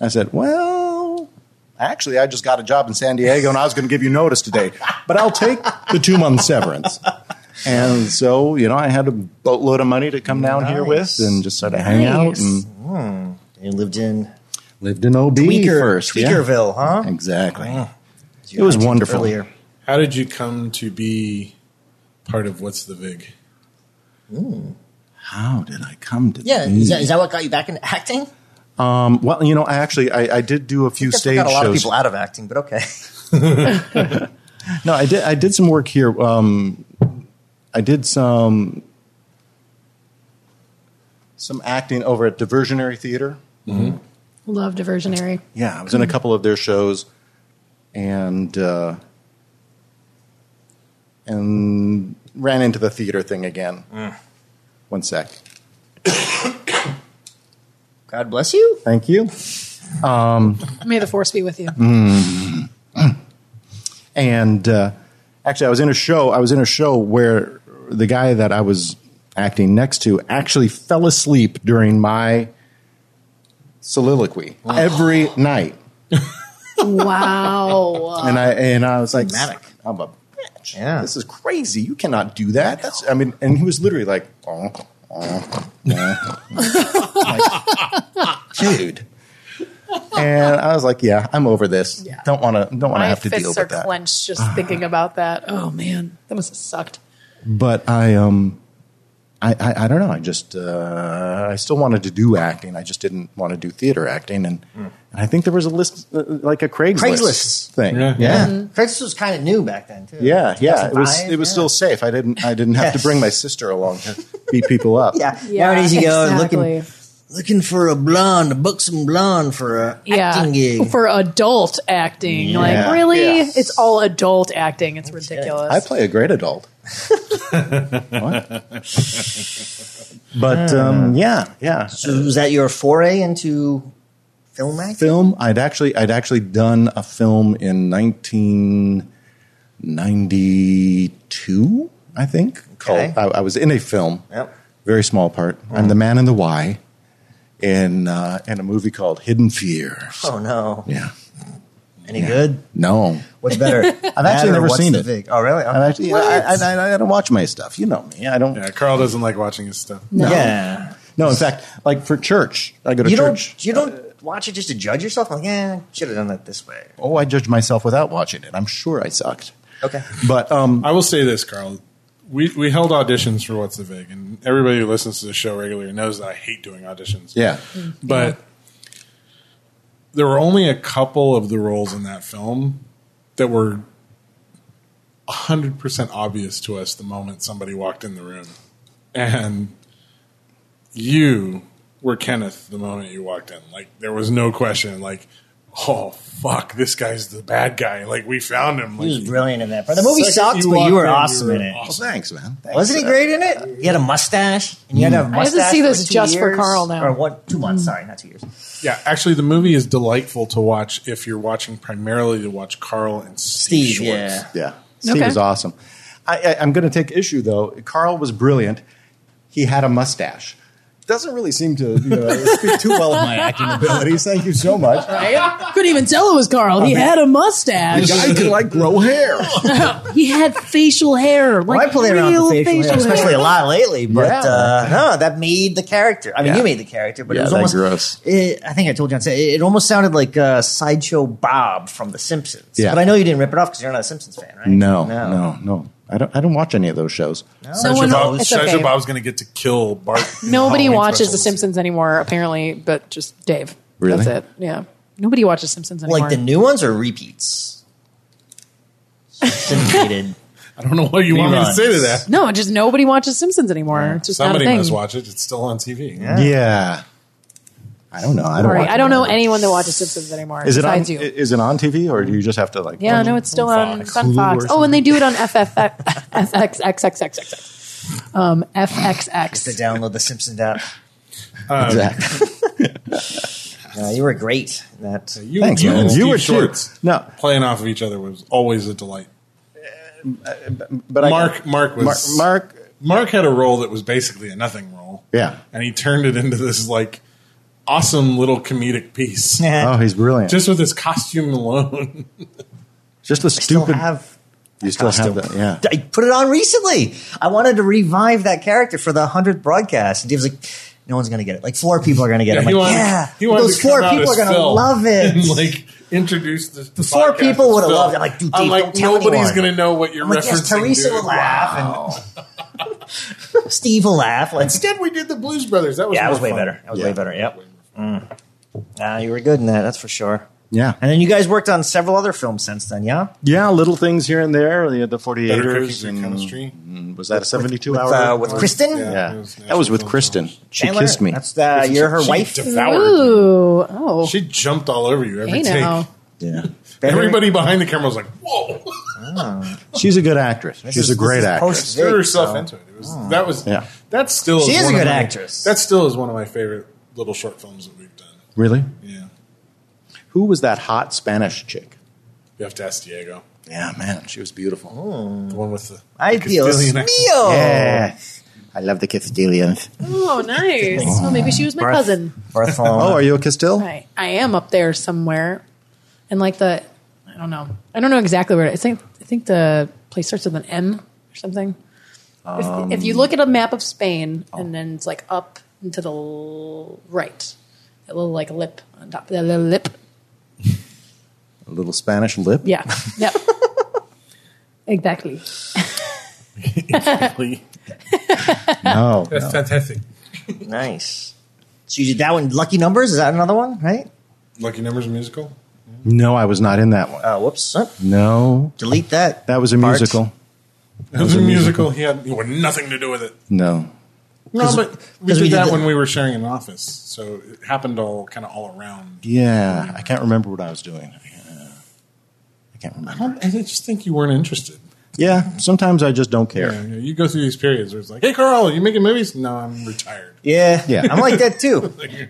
F: I said, "Well, actually, I just got a job in San Diego and I was going to give you notice today, but I'll take the two month severance." And so, you know, I had a boatload of money to come down here with
D: Nice.
F: and just sort of hang out
E: Nice.
F: and
D: You lived in
F: lived in OB
D: Tweaker,
F: first, yeah.
D: Tweakerville, huh?
F: Exactly.
D: As
F: It was
D: mentioned
F: wonderful.
D: Earlier.
G: How did you come to be part of What's the Vig?
F: How did I come to?
D: Yeah,
F: these?
D: is that, is that what got you back into acting?
F: Um, well, you know, I actually I, I did do a few
D: That's what
F: stage
D: got a lot
F: shows.
D: of people out of acting, but okay.
F: No, I did. I did some work here. Um, I did some some acting over at Diversionary Theater.
E: Love diversionary.
F: Yeah, I was in a couple of their shows, and uh, and ran into the theater thing again. One [coughs] sec.
D: God bless you.
F: Thank you.
E: May the force be with you.
F: and uh, actually, I was in a show. I was in a show where the guy that I was acting next to actually fell asleep during my soliloquy every night,
E: Wow.
F: and I and I was like,
D: Dramatic.
F: I'm a bitch.
D: Yeah.
F: This is crazy. You cannot do that. That's I mean, and he was literally like, "Oh, oh, oh." Like, dude. [laughs] and I was like, "Yeah, I'm over this.
E: Yeah.
F: Don't want to. Don't want to
E: My
F: have to deal
E: fists are
F: with that."
E: clenched just thinking about that. Oh man, that must have sucked.
F: But I, um, I, I, I don't know. I just, uh, I still wanted to do acting. I just didn't want to do theater acting, and, and I think there was a list, uh, like a Craigslist,
D: Craigslist.
F: thing.
G: Yeah.
D: [laughs]
F: Yeah, yeah,
D: Craigslist was kind of new back then too.
F: yeah. It was,
D: 2005,
F: it was
D: yeah.
F: still safe. I didn't, I didn't have to
D: Yes.
F: bring my sister along to beat people up.
D: Yeah. Nowadays you go and
E: exactly.
D: looking looking for a blonde, a buxom blonde for a acting gig.
E: for adult acting. Like
F: Yeah.
E: really,
F: Yeah.
E: it's all adult acting. It's ridiculous.
F: I play a great adult. What? But um, yeah, yeah.
D: so was that your foray into film acting?
F: film I'd actually I'd actually done a film in 1992 I think
D: Okay.
F: called I, I was in a film
D: Yep. Mm.
F: very small part I'm the man in the Y in uh, in a movie called Hidden Fear
D: Oh no.
F: yeah
D: Any good?
F: no
D: What's better? [laughs] I've
F: actually never seen it.
D: Oh really? Okay.
F: I actually I, I, I, I don't watch my stuff you know me I don't
G: Yeah, Carl doesn't like watching his stuff.
D: Yeah.
F: no in fact like for church I go to
D: You
F: church
D: don't you don't watch it just to judge yourself? I'm like, yeah, should have done it this way.
F: oh I judged myself without watching it I'm sure I sucked
D: Okay.
F: but um
G: I will say this, Carl. We, we held auditions for What's the Vig, and everybody who listens to the show regularly knows that I hate doing auditions.
F: yeah
G: But there were only a couple of the roles in that film that were 100% obvious to us the moment somebody walked in the room. And you were Kenneth the moment you walked in. Like, there was no question. Like, oh, fuck, this guy's the bad guy. Like, we found him.
D: He was
G: Like,
D: brilliant in that part. The movie
G: second
D: sucked,
G: you
D: but
G: walked
D: you were
G: in, you
D: awesome
G: were
D: in it.
G: awesome.
F: thanks man Thanks.
D: Wasn't he great in it? uh, He had a mustache, and you had to
F: Mm.
D: have a
E: I have to
D: mustache.
E: see
D: for
E: this
D: two
E: just for
D: years,
E: Carl now. Mm.
D: or what? Two months? Sorry, not two
F: [laughs]
D: years.
G: yeah, actually, the movie is delightful to watch if you're watching primarily to watch Carl and Steve,
D: Steve,
G: Schwartz.
D: yeah.
F: Yeah, Steve
E: Okay.
F: was awesome. I, I, I'm going to take issue though. Carl was brilliant. He had a mustache. Doesn't really seem to you know, speak too well of my acting abilities. Thank you so much.
E: Right? Couldn't even tell it was Carl. He had a
B: [laughs]
E: mustache.
F: I could like grow hair.
E: He had facial hair. Like
D: I play around
E: real
D: with facial, hair, especially a lot lately. But
F: Yeah.
D: uh, no, that made the character. I mean,
F: Yeah.
D: you made the character, but
F: Yeah,
D: it was
F: that
D: almost.
F: gross.
D: It, I think I told you on set. It, it almost sounded like uh, sideshow Bob from The Simpsons.
F: Yeah.
D: But I know you didn't rip it off because you're not a Simpsons fan, right?
F: No, no, no, I don't. I don't watch any of those shows.
E: Oh, No
G: Sideshow
E: one-
G: Bob,
E: it's
G: Sideshow
E: okay.
G: Bob's going to get to kill Bart. in
E: Nobody
G: Halloween
E: watches The
G: specials.
E: Simpsons anymore, apparently, but just Dave.
F: Really?
E: That's it. Yeah. Nobody watches Simpsons anymore.
D: Like the new ones or
E: [laughs]
D: repeats? Syndicated.
G: I don't know what you want me to
D: Reruns.
G: say to that.
E: no, just nobody watches Simpsons anymore. It's just
G: Somebody
E: not a thing.
G: must watch it. It's still on TV.
F: Yeah. I don't know. I don't.
E: Sorry,
F: watch
E: I don't
F: any of
E: know
F: those.
E: anyone that watches Simpsons anymore.
F: Is it on?
E: besides you.
F: Is it on TV or do you just have to like?
E: Yeah, no, it's still on
F: Fox.
E: Sun
F: Hulu
E: Fox.
F: or
E: Oh,
F: something.
E: and they do it on FFX, FXXXXX. Um, FXX.
D: to download the Simpsons app.
G: Uh,
F: Exactly.
D: No, you were great. in That
G: You,
F: Thanks,
G: you
F: man.
G: and
F: You
G: Steve
F: were too.
G: Schwartz
F: No.
G: playing off of each other was always a delight.
F: But I-
G: Mark, Mark was
F: Mark. Mark
G: Mark had a role that was basically a nothing role.
F: Yeah.
G: and he turned it into this like awesome little comedic piece
F: oh, he's brilliant.
G: just with his costume alone.
F: Just the
D: still
F: stupid.
D: have.
F: you still
D: costume.
F: have that, yeah.
D: I put it on recently. I wanted to revive that character for the hundredth broadcast. And Dave's like, "No one's going to get it. Like four people are going to get
G: Yeah,
D: it." I'm
G: he
D: like,
G: wanted-
D: yeah,
G: he wanted
D: those
G: to
D: four
G: come out
D: people are
G: as
D: going to
G: Phil [laughs]
D: love
G: and,
D: it.
G: like introduce the, the
D: Four
G: podcast
D: people
G: as
D: would've
G: Phil.
D: loved it. I'm like, dude,
G: I'm
D: Dave,
G: like,
D: don't tell
G: nobody's
D: anyone.
G: going to know what you're
D: I'm like,
G: referencing.
D: yes, Teresa
G: dude.
D: will laugh and [laughs] Steve will laugh. Like,
G: Instead, we did the Blues Brothers. That was
D: yeah, that
G: more
D: was way
G: fun.
D: better. That was
F: Yeah.
D: way better. Yep. Mm. Ah, you were good in that. That's for sure.
F: Yeah.
D: And then you guys worked on several other films since then. Yeah.
F: Yeah, little things here and there. The, the 48ers.
G: Better cooking through
F: and-
G: chemistry.
F: and was that a 72
D: with,
F: hour?
D: uh, with Kristen.
G: Yeah.
F: yeah.
G: It was
F: that was with
G: National
F: Kristen.
G: Film
F: She
D: Chandler,
F: kissed me.
D: That's uh, you're her
G: She
D: wife.
G: devoured you.
E: Ooh, oh,
G: She jumped all over you every
E: hey
G: take.
E: now.
F: yeah.
G: Everybody behind the camera was like, "Whoa!"
F: She's a good actress. She's
D: is-
F: a great
D: this is
F: actress.
D: Big,
G: Threw herself
D: so-
G: into it. It was that was
F: Yeah.
G: that still.
D: She is
G: one
D: a
G: of
D: good
G: my-
D: actress.
G: That still is one of my favorite little short films that we've done.
F: really?
G: Yeah,
F: Who was that hot Spanish chick?
G: you have to ask Diego,
F: Yeah, man. She was beautiful.
G: the one with the.
D: I
G: the
D: feel
G: Castilian
D: Mio.
G: accent.
D: [laughs]
F: Yeah. I love the Castilians.
E: Oh, nice. Well, maybe she was my
D: Breath.
E: cousin.
D: Barcelona. [laughs]
F: Oh, are you a Castile?
E: I, I am up there somewhere, and like the, I don't know. I don't know exactly where. It, I think I think the place starts with an M or something. if, if you look at a map of Spain, and then it's like up and to the l- right. That little like lip on top of that little lip.
F: A little Spanish lip.
D: [laughs]
E: Yeah. Yep. exactly.
F: No.
H: That's
F: no.
H: fantastic.
D: Nice. So you did that one. Lucky numbers is that another one? Right?
G: Lucky Numbers musical?
F: No, I was not in that one.
D: Uh, whoops. Uh,
F: No.
D: delete that.
F: That was a
D: part.
F: musical.
G: It was a musical. He had, he had nothing to do with it.
F: No.
G: No, but we
D: 'cause
G: did
D: we did
G: that
D: the-
G: when we were sharing an office. So it happened all kind of all around.
F: Yeah. I can't remember what I was doing. Uh, I can't
G: I,
F: remember.
G: don't, I just think you weren't interested.
F: Yeah. Sometimes I just don't
G: You,
F: care.
G: know, you go through these periods where it's like, hey, Carl, you making movies? No, I'm retired. [laughs]
D: Yeah.
F: Yeah.
D: I'm like that too. [laughs]
G: Like, okay.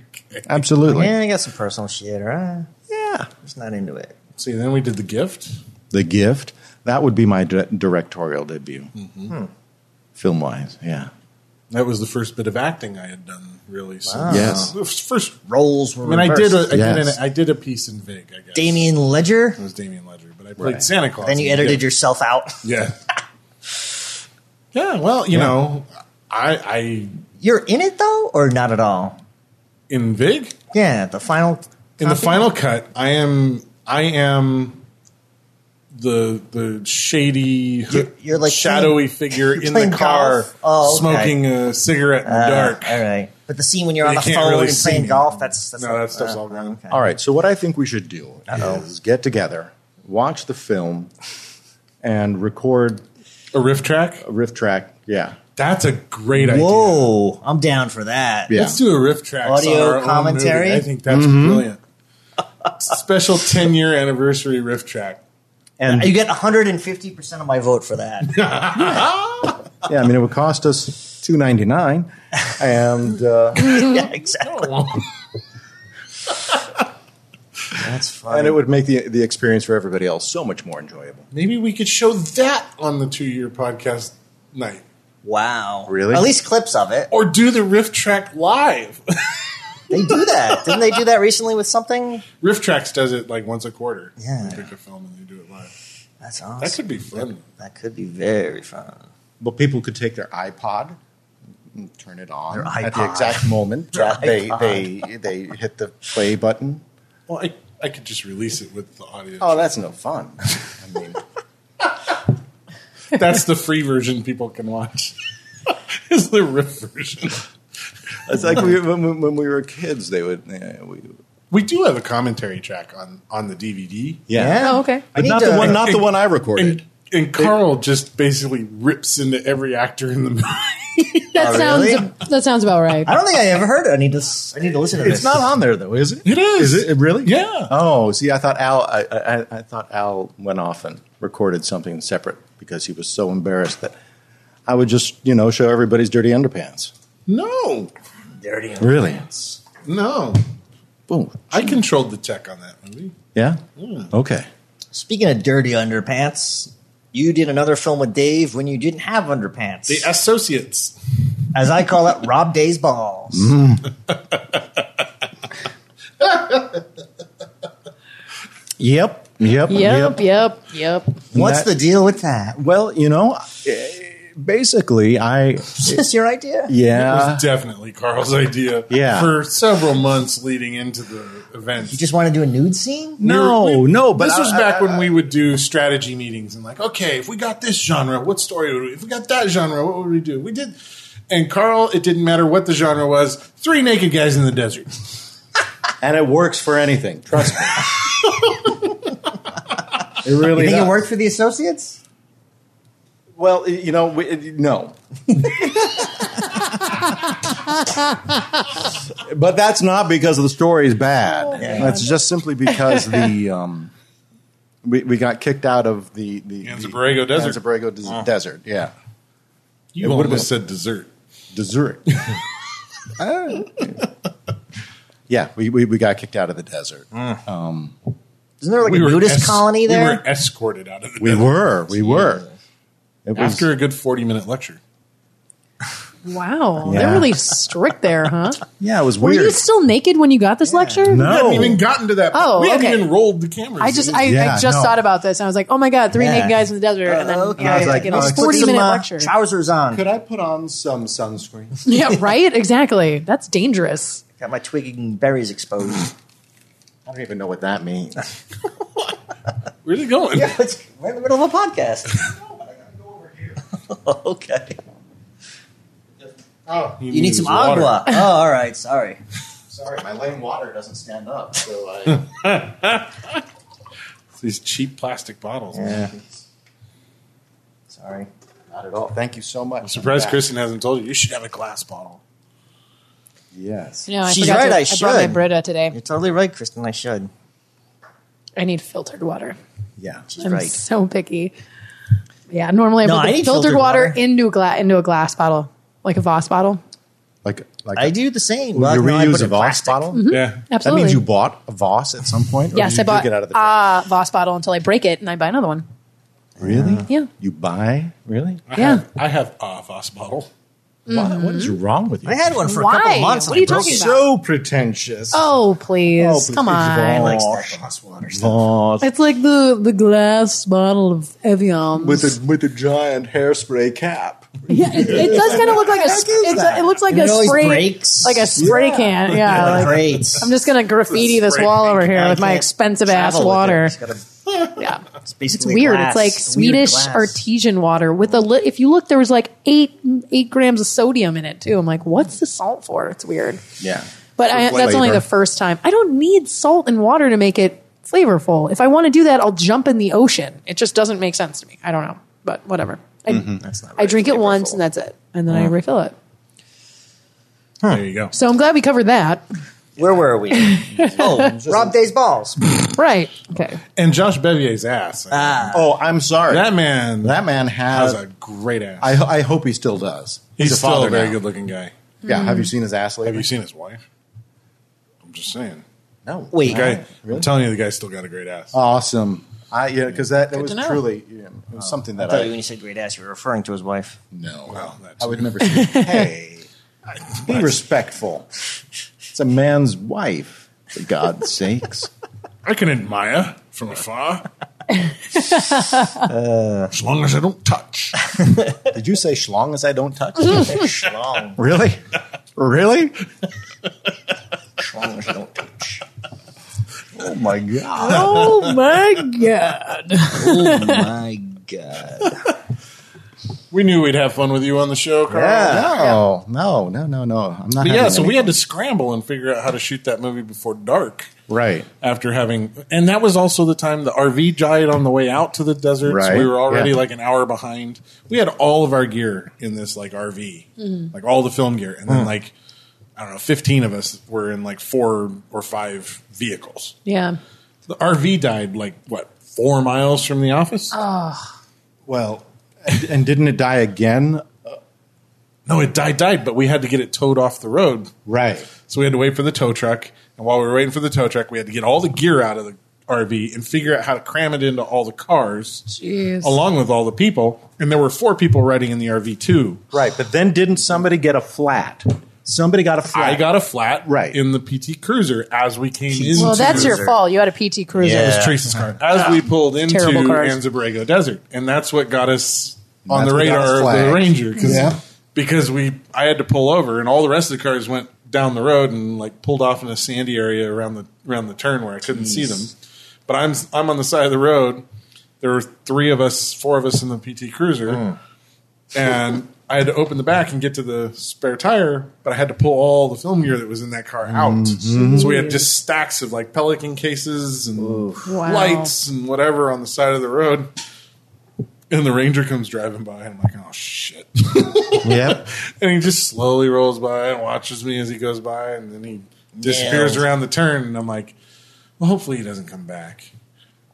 F: Absolutely.
D: yeah, I got some personal shit. Or, uh,
F: Yeah.
D: just not into it.
G: See, then we did The Gift.
F: The Gift. That would be my di- directorial debut. Film wise. Yeah.
G: That was the first bit of acting I had done, really. So
F: Yes.
G: The first
D: Roles were.
G: I mean, I did, a, I, did
F: Yes.
G: an, I did a piece in Vig, I guess.
D: Damien Ledger.
G: It was Damien Ledger, but I played Santa Claus.
D: Then you
G: in The
D: edited
G: Gift.
D: yourself out. [laughs]
G: Yeah. yeah, well, you know, I, I,
D: You're in it though, or not at all?
G: in Vig,
D: Yeah, the final.
G: in the final cut, I am, I am the the shady,
D: You're- you're like
G: shadowy
D: playing-
G: figure
D: you're
G: in the
D: playing
G: car,
D: golf? Oh, okay.
G: smoking a cigarette in the
D: Uh,
G: dark.
D: All right, but the scene when you're on
G: You
D: the
G: can't
D: phone
G: really
D: and
G: see
D: playing
G: me.
D: golf. That's, that's
G: No, that stuff's
D: uh,
G: all gone.
D: okay.
F: All right. So what I think we should do is get together, watch the film, and record
G: A riff track.
F: a riff track. Yeah.
G: That's a great idea.
D: Whoa, I'm down for that.
F: Yeah.
G: Let's do a riff track. on
D: Audio
G: our own
D: commentary? Mm-hmm.
G: movie. I think that's brilliant. Special 10 year anniversary riff track.
D: and you get 150 percent of my vote for
G: [laughs]
D: that.
F: Yeah. I mean, it would cost us two ninety nine, and uh,
D: yeah, exactly. That's fine.
F: and it would make the the experience for everybody else so much more enjoyable.
G: Maybe we could show that on the two year podcast night.
D: wow,
F: Really?
D: At least clips of it.
G: Or do the riff track live.
D: They do that. Didn't they do that recently with something?
G: riff tracks does it like once a quarter.
D: Yeah.
G: They pick a film and they do it live.
D: That's awesome.
G: That could be fun.
D: That could be very fun.
F: But people could take their iPod. and Turn it on
D: Their
F: at the
D: iPod.
F: exact [laughs] moment that they,
D: iPod.
F: they they hit the play button.
G: Well, I, I could just release it with the audio.
F: Oh, that's no [laughs] fun. I mean,
G: That's the free version people can watch. [laughs] Is the riff version.
F: it's like we, when, when we were kids, they would. Yeah, we,
G: We do have a commentary track on, on the DVD.
F: yeah.
E: Oh, okay.
D: I
F: but
D: need
F: not
D: to-
F: the one. Not the one I recorded.
G: And, and Carl just basically rips into every actor in the movie.
E: That sounds
D: Oh, really?
E: that sounds about right.
D: I don't think I ever heard it. I need to. s- I need to listen to this.
F: It's not on there though, is it?
G: It is.
F: Is it really?
G: Yeah.
F: Oh, see, I thought Al. I, I, I thought Al went off and recorded something separate because he was so embarrassed that I would just, you know, show everybody's dirty underpants.
G: no,
D: dirty. and-
F: Really?
G: no.
F: Boom.
G: I controlled the tech on that movie.
F: Yeah.
D: Hmm.
F: Okay.
D: Speaking of dirty underpants, you did another film with Dave when you didn't have underpants.
G: The Associates.
D: As I call it, Rob Day's balls.
F: Mm-hmm. Yep. Yep.
E: Yep, yep, yep.
D: What's
F: That-
D: the deal with that?
F: Well, you know, eh, basically, I.
D: Is this your idea?
G: It
F: Yeah.
G: was [laughs] definitely Carl's idea.
F: Yeah.
G: For several months leading into the event.
D: You just want to do a nude scene?
F: No,
G: We were-
F: no, but
G: this
F: I-
G: was
F: I-
G: back
F: I-
G: when we would do strategy meetings and like, okay, if we got this genre, what story would we? If we got that genre, what would we do? We did, and Carl, it didn't matter what the genre was. Three naked guys in the desert.
F: And it works for anything. Trust me.
D: [laughs]
F: it really
D: You think
F: does.
D: it worked for the associates?
F: Well, you know, we, no. [laughs] but that's not because the story is bad. that's just simply because the um, we, we got kicked out of the the
G: Anzaborrego
F: the
G: Desert.
F: Anzaborrego des- Desert, yeah,
G: You
F: would've
G: almost said dessert.
F: desert. [laughs] yeah, we, we we got kicked out of the desert.
D: Isn't there like a nudist
G: es-
D: colony there?
G: We were escorted out of the
F: We
G: desert
F: were, we were. It was
G: after a good forty-minute lecture.
E: Wow,
D: Yeah.
E: they're really strict there,
D: [laughs]
E: huh?
F: Yeah, it was
E: Were
F: weird.
E: you still naked when you got this lecture?
G: We
H: No.
G: hadn't even gotten to that.
E: Oh,
G: we hadn't
E: okay.
G: even rolled the cameras.
E: I just I,
H: Yeah,
E: I just
H: no.
E: thought about this. And I was like, oh my god, three
D: Yeah.
E: naked guys in the desert, and then
D: okay.
E: yeah,
D: I
E: I
D: was like,
E: like,
D: oh,
E: a
D: put
E: forty
D: some,
E: minute
D: uh,
E: lecture.
D: Trousers on.
F: Could I put on some sunscreen?
E: yeah, right. Exactly. That's dangerous.
D: Got my twigging berries exposed. [laughs]
F: I don't even know what that means.
G: Where's it going?
D: It's- We're in the middle of a podcast. [laughs] okay.
F: Oh,
D: You need some agua. Oh, all right. Sorry.
F: Sorry, my lame water doesn't stand up, so I.
G: These cheap plastic bottles.
D: Yeah. Sorry.
F: Not at all. Thank you so much. I'm
G: Surprised
F: back.
G: Kristen hasn't told you. You should have a glass bottle.
F: Yes.
E: You know, I
D: She's
E: forgot
D: right,
E: to-
D: I
E: brought my
D: should.
E: Brita today.
D: You're totally right, Kristen. I should.
E: I need filtered water.
F: Yeah.
D: She's
E: I'm
D: right.
E: so picky. Yeah, normally
D: No,
E: I put
D: I
E: the
D: need
E: filtered,
D: filtered
E: water,
D: water.
E: into a glass into a glass bottle, like a Voss bottle.
F: Like, like
D: I do the same.
F: you
D: no, I
F: reuse
D: put it
F: a
D: in
F: Voss
D: plastic.
F: bottle.
G: Yeah.
F: That
E: Absolutely.
F: means you bought a Voss at some point. Or
E: yes,
F: did you
E: I bought uh,
F: dig it out of the
E: a Voss bottle until I break it and I buy another one.
F: really?
E: Yeah,
F: You buy really?
G: I
E: Yeah.
G: Have, I have a Voss bottle.
F: Why- what is wrong with you?
D: I had one for a couple
E: Why?
D: of months.
E: What
D: and
E: are
D: I
E: you
D: broke
E: talking
D: it.
E: about?
F: so pretentious.
E: Oh please,
F: Oh, please,
E: come on!
F: Voss.
D: I like that Voss water stuff.
F: Voss.
E: It's like the the glass bottle of Evian.
F: with a with a giant hairspray cap.
E: yeah, it, it does kind of look like a. sp- It's a it looks like
D: And
E: a
D: it always
E: spray,
D: breaks.
E: like a spray can. Yeah, like,
D: Great.
E: I'm just gonna graffiti this wall over here
D: I
E: with my
D: can't
E: expensive ass
D: travel with it.
E: water.
D: It's got a-
E: Yeah,
D: it's
E: it's
D: basically
E: weird.
D: glass.
E: It's like
D: a weird
E: Swedish
D: glass.
E: artesian water with a. Li- if you look, there was like eight eight grams of sodium in it too. I'm like, what's the salt for? It's weird.
F: Yeah.
E: But I,
F: For
E: that's only
F: flavor.
E: the first time. I don't need salt and water to make it flavorful. If I want to do that, I'll jump in the ocean. It just doesn't make sense to me. I don't know, but whatever. I, I drink it once and that's it, and then I refill it.
G: There you go.
E: So I'm glad we covered that.
D: Where were [laughs] we? oh, Rob Day's balls.
E: Right? Okay.
G: And Josh Bevier's ass.
F: Oh, I'm sorry.
G: that man. That
F: that man
G: has
F: has.
G: a great ass.
F: I ho- I hope he still does.
G: He's,
F: a
G: still
F: father
G: a very
F: now.
G: good-looking guy.
F: Yeah. Have you seen his ass lately?
G: Have you seen his wife? I'm just saying.
F: No.
D: Wait.
G: The guy,
F: Really? Oh,
G: I'm telling you, the guy's still got a great ass.
F: Awesome. I yeah, because that, that was
E: to know.
F: truly you know, it was something
D: I
F: that I,
D: thought you when you said great ass, you were referring to his wife.
F: no.
G: Well, that's-
F: I would never say. Hey, be respectful. It's a man's wife. For [laughs] God's sakes.
G: I can admire
F: [laughs]
G: from afar.
F: Uh.
G: as long as I don't touch.
F: Did you say schlong as I don't touch?
D: Schlong.
F: [laughs] really? Really?
D: Schlong, you don't touch.
F: Oh my god.
E: Oh my god!
D: Oh my god.
G: We knew we'd have fun with you on the show,
F: No,
G: Carl.
F: no, no, no, no. I'm not.
G: But
F: having
G: yeah, so
F: any-
G: we had to scramble and figure out how to shoot that movie before dark.
F: right.
G: After having, and that was also the time the RV died on the way out to the desert. So
F: Right,
G: we were already
F: yeah.
G: like an hour behind. We had all of our gear in this like RV, like all the film gear, and then
F: Hmm.
G: like I don't know, fifteen of us were in like four or five vehicles.
E: Yeah.
G: The RV died like what four miles from the office?
F: Well, and, and didn't it die again?
G: no, it died, died, but we had to get it towed off the road.
F: Right.
G: So we had to wait for the tow truck. And while we were waiting for the tow truck, we had to get all the gear out of the RV and figure out how to cram it into all the cars
E: Jeez.
G: along with all the people. And there were four people riding in the RV too.
F: Right. But then didn't somebody get a flat? Somebody got a flat.
G: I got a flat
F: Right.
G: in the PT Cruiser as we came in.
E: Well,
G: into
E: that's your
D: Cruiser.
E: fault. You had a PT Cruiser.
D: Yeah.
G: Trace's car. As we pulled into
E: Terrible cars.
G: Anzabrego Desert. And that's what got us on
F: That's
G: the
F: what got
G: radar
F: us
G: of the
F: flagged.
G: Ranger. 'cause-
F: Yeah.
G: Because we I had to pull over and all the rest of the cars went down the road and like pulled off in a sandy area around the around the turn where I couldn't see them. But I'm I'm on the side of the road. There were three of us, four of us in the PT Cruiser. And I had to open the back and get to the spare tire, but I had to pull all the film gear that was in that car out. So we had just stacks of like Pelican cases and
E: Wow.
G: lights and whatever on the side of the road. And the ranger comes driving by, and I'm like, oh shit.
F: Yep.
G: and he just slowly rolls by and watches me as he goes by, and then he disappears
D: Yeah.
G: around the turn. And I'm like, well, hopefully he doesn't come back.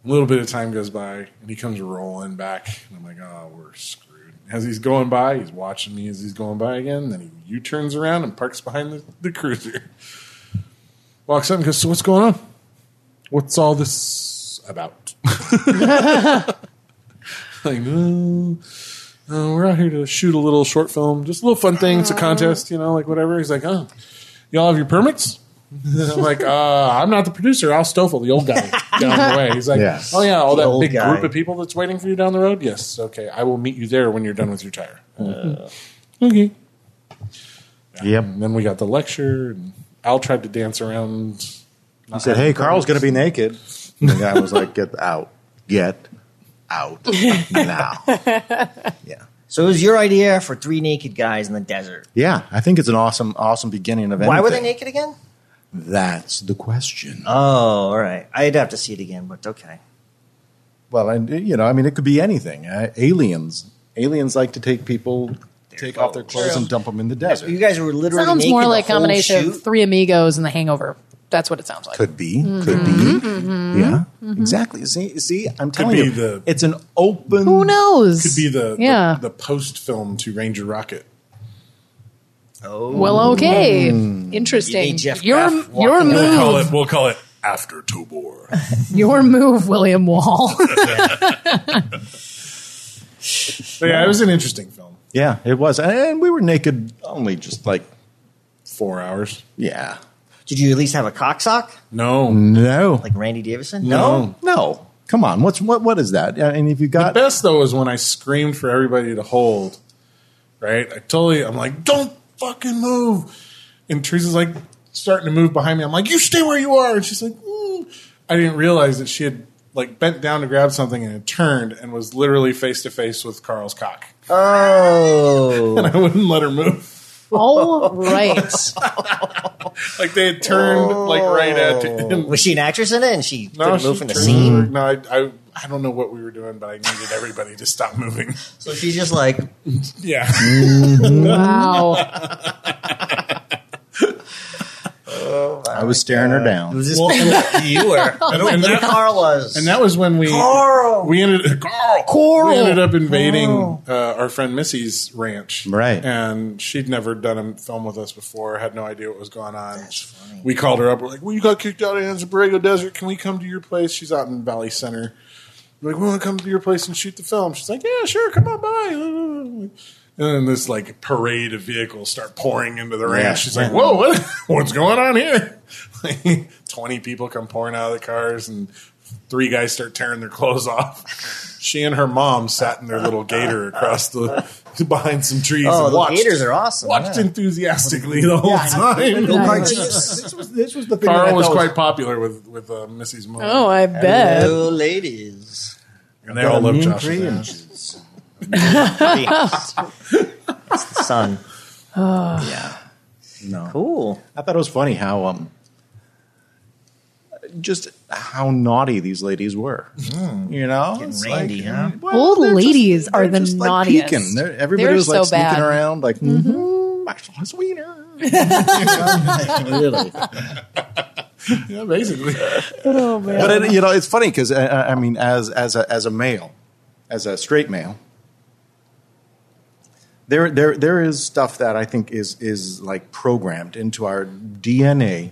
G: A little bit of time goes by, and he comes rolling back, and I'm like, oh, we're screwed. As he's going by, he's watching me as he's going by again. Then he U turns around and parks behind the, the cruiser. Walks up and goes, so what's going on? What's all [laughs] this about? like, "Well, "Oh, we're out here to shoot a little short film, just a little fun thing. It's a contest, you know, like whatever. He's like, oh, y'all have your permits? [laughs] I'm like, uh, I'm not the producer. Al Stoffel, the old guy
D: [laughs]
G: down the way. He's like,
I: Yes.
G: oh, yeah, all
D: The
G: that
D: old
G: big
D: guy.
G: group of people that's waiting for you down the road? Yes. Okay. I will meet you there when you're done with your tire. Uh, okay.
F: Yep.
G: And then we got the lecture, and Al tried to dance around.
F: [laughs] He said, "Hey, Carl's going to be naked." And the guy was like, "Get out, get
G: [laughs]
F: out now."
D: Yeah. So it was your idea for three naked guys in the desert.
F: Yeah, I think it's an awesome, awesome beginning of anything.
D: Why were they naked again?
F: That's the question.
D: Oh, all right. I'd have to see it again, but okay.
F: well, and uh, you know, I mean, it could be anything. Uh, aliens, aliens like to take people, take off their clothes and dump them in the desert.
D: You guys were literally
E: sounds
D: naked
E: more
D: the
E: like a
D: whole
E: combination
D: shoot?
E: of Three Amigos and The Hangover. That's what it sounds like.
F: Could be, could
D: Mm-hmm.
F: be, Mm-hmm. yeah, exactly. See, see, I'm telling
G: be
F: you,
G: the-
F: it's an open.
E: Who knows?
G: Could be the
E: yeah.
G: the, the post film to Ranger Rocket.
E: well, okay,
D: You
F: Mm.
E: interesting.
D: need Jeff
E: your
D: Graff walking
E: your
D: around.
E: move,
G: We'll call it. We'll call it after Tobor.
E: your move, William
F: [laughs]
E: Wall.
G: But yeah, it was an interesting film.
F: Yeah, it was, and we were naked only just like
G: Four hours.
F: yeah,
D: Did you at least have a cock sock
G: No,
F: no,
D: like Randy Davidson?
F: no. Come on, what's what? What is that? And if you got
G: best though was when I screamed for everybody to hold. Right, I totally. I'm like, don't fucking move. And Teresa's like starting to move behind me. I'm like, you stay where you are. And she's like, mm. I didn't realize that she had like bent down to grab something and had turned and was literally face to face with Carl's cock.
D: Oh,
G: [laughs] And I wouldn't let her move.
E: All right,
G: Like they had turned like right at him.
D: was she an actress in it? And she
G: No,
D: didn't move
G: Oh. she
D: from the
G: [laughs] turned-
D: scene.
G: No, I, I, I don't know what we were doing, but I needed everybody to stop moving.
D: So she's just like,
G: [laughs] Yeah.
E: wow,
F: I was staring her down.
D: "Who's this
G: [laughs]
D: well, you
E: [laughs]
D: were?"
E: Oh,
D: I don't
G: and
D: know who
G: that-
D: Carl was.
G: And that was when we
D: Carl!
G: we ended [laughs] Carl
D: Coral!
G: we ended up invading uh, our friend Missy's ranch,
F: Right.
G: And she'd never done a film with us before, had no idea what was going on. We called her up. We're like, "Well, you got kicked out of Anzaborego Desert. Can we come to your place?" She's out in Valley Center. We're like, "We want to come to your place and shoot the film." She's like, "Yeah, sure, come on by." [laughs] And then this like parade of vehicles start pouring into the ranch. She's like, "Whoa, what, [laughs] what's going on here?" [laughs] Like, Twenty people come pouring out of the cars, and three guys start tearing their clothes off. She and her mom sat in their little gator across the [laughs] behind some trees.
D: Oh,
G: and
D: the
G: watched,
D: gators are awesome,
G: Watched
D: yeah.
G: enthusiastically the whole time. [laughs]
F: This was, this was the
D: [laughs]
F: thing. that I
G: Carl was
F: thought
G: quite popular with with uh, Missy's mom.
E: oh, I bet.
D: Hello, ladies.
G: and they all love Josh.
F: Three
G: Gad.
F: inches.
D: That's the sun.
F: Yeah, no.
D: Cool.
F: I thought it was funny how um, just how naughty these ladies were. You know, It's
D: randy, huh?
F: well,
E: Old
F: they're just-
E: ladies
F: they're
E: are the
F: just,
E: naughtiest.
F: peeking. They're- Everybody
E: They're
F: was like
E: so
F: sneaking
E: bad.
F: around, like, mm-hmm, I saw his wiener. Really.
G: Yeah, basically.
F: But it, you know, it's funny because I, I mean, as as a, as a male, as a straight male, there there there is stuff that I think is is like programmed into our DNA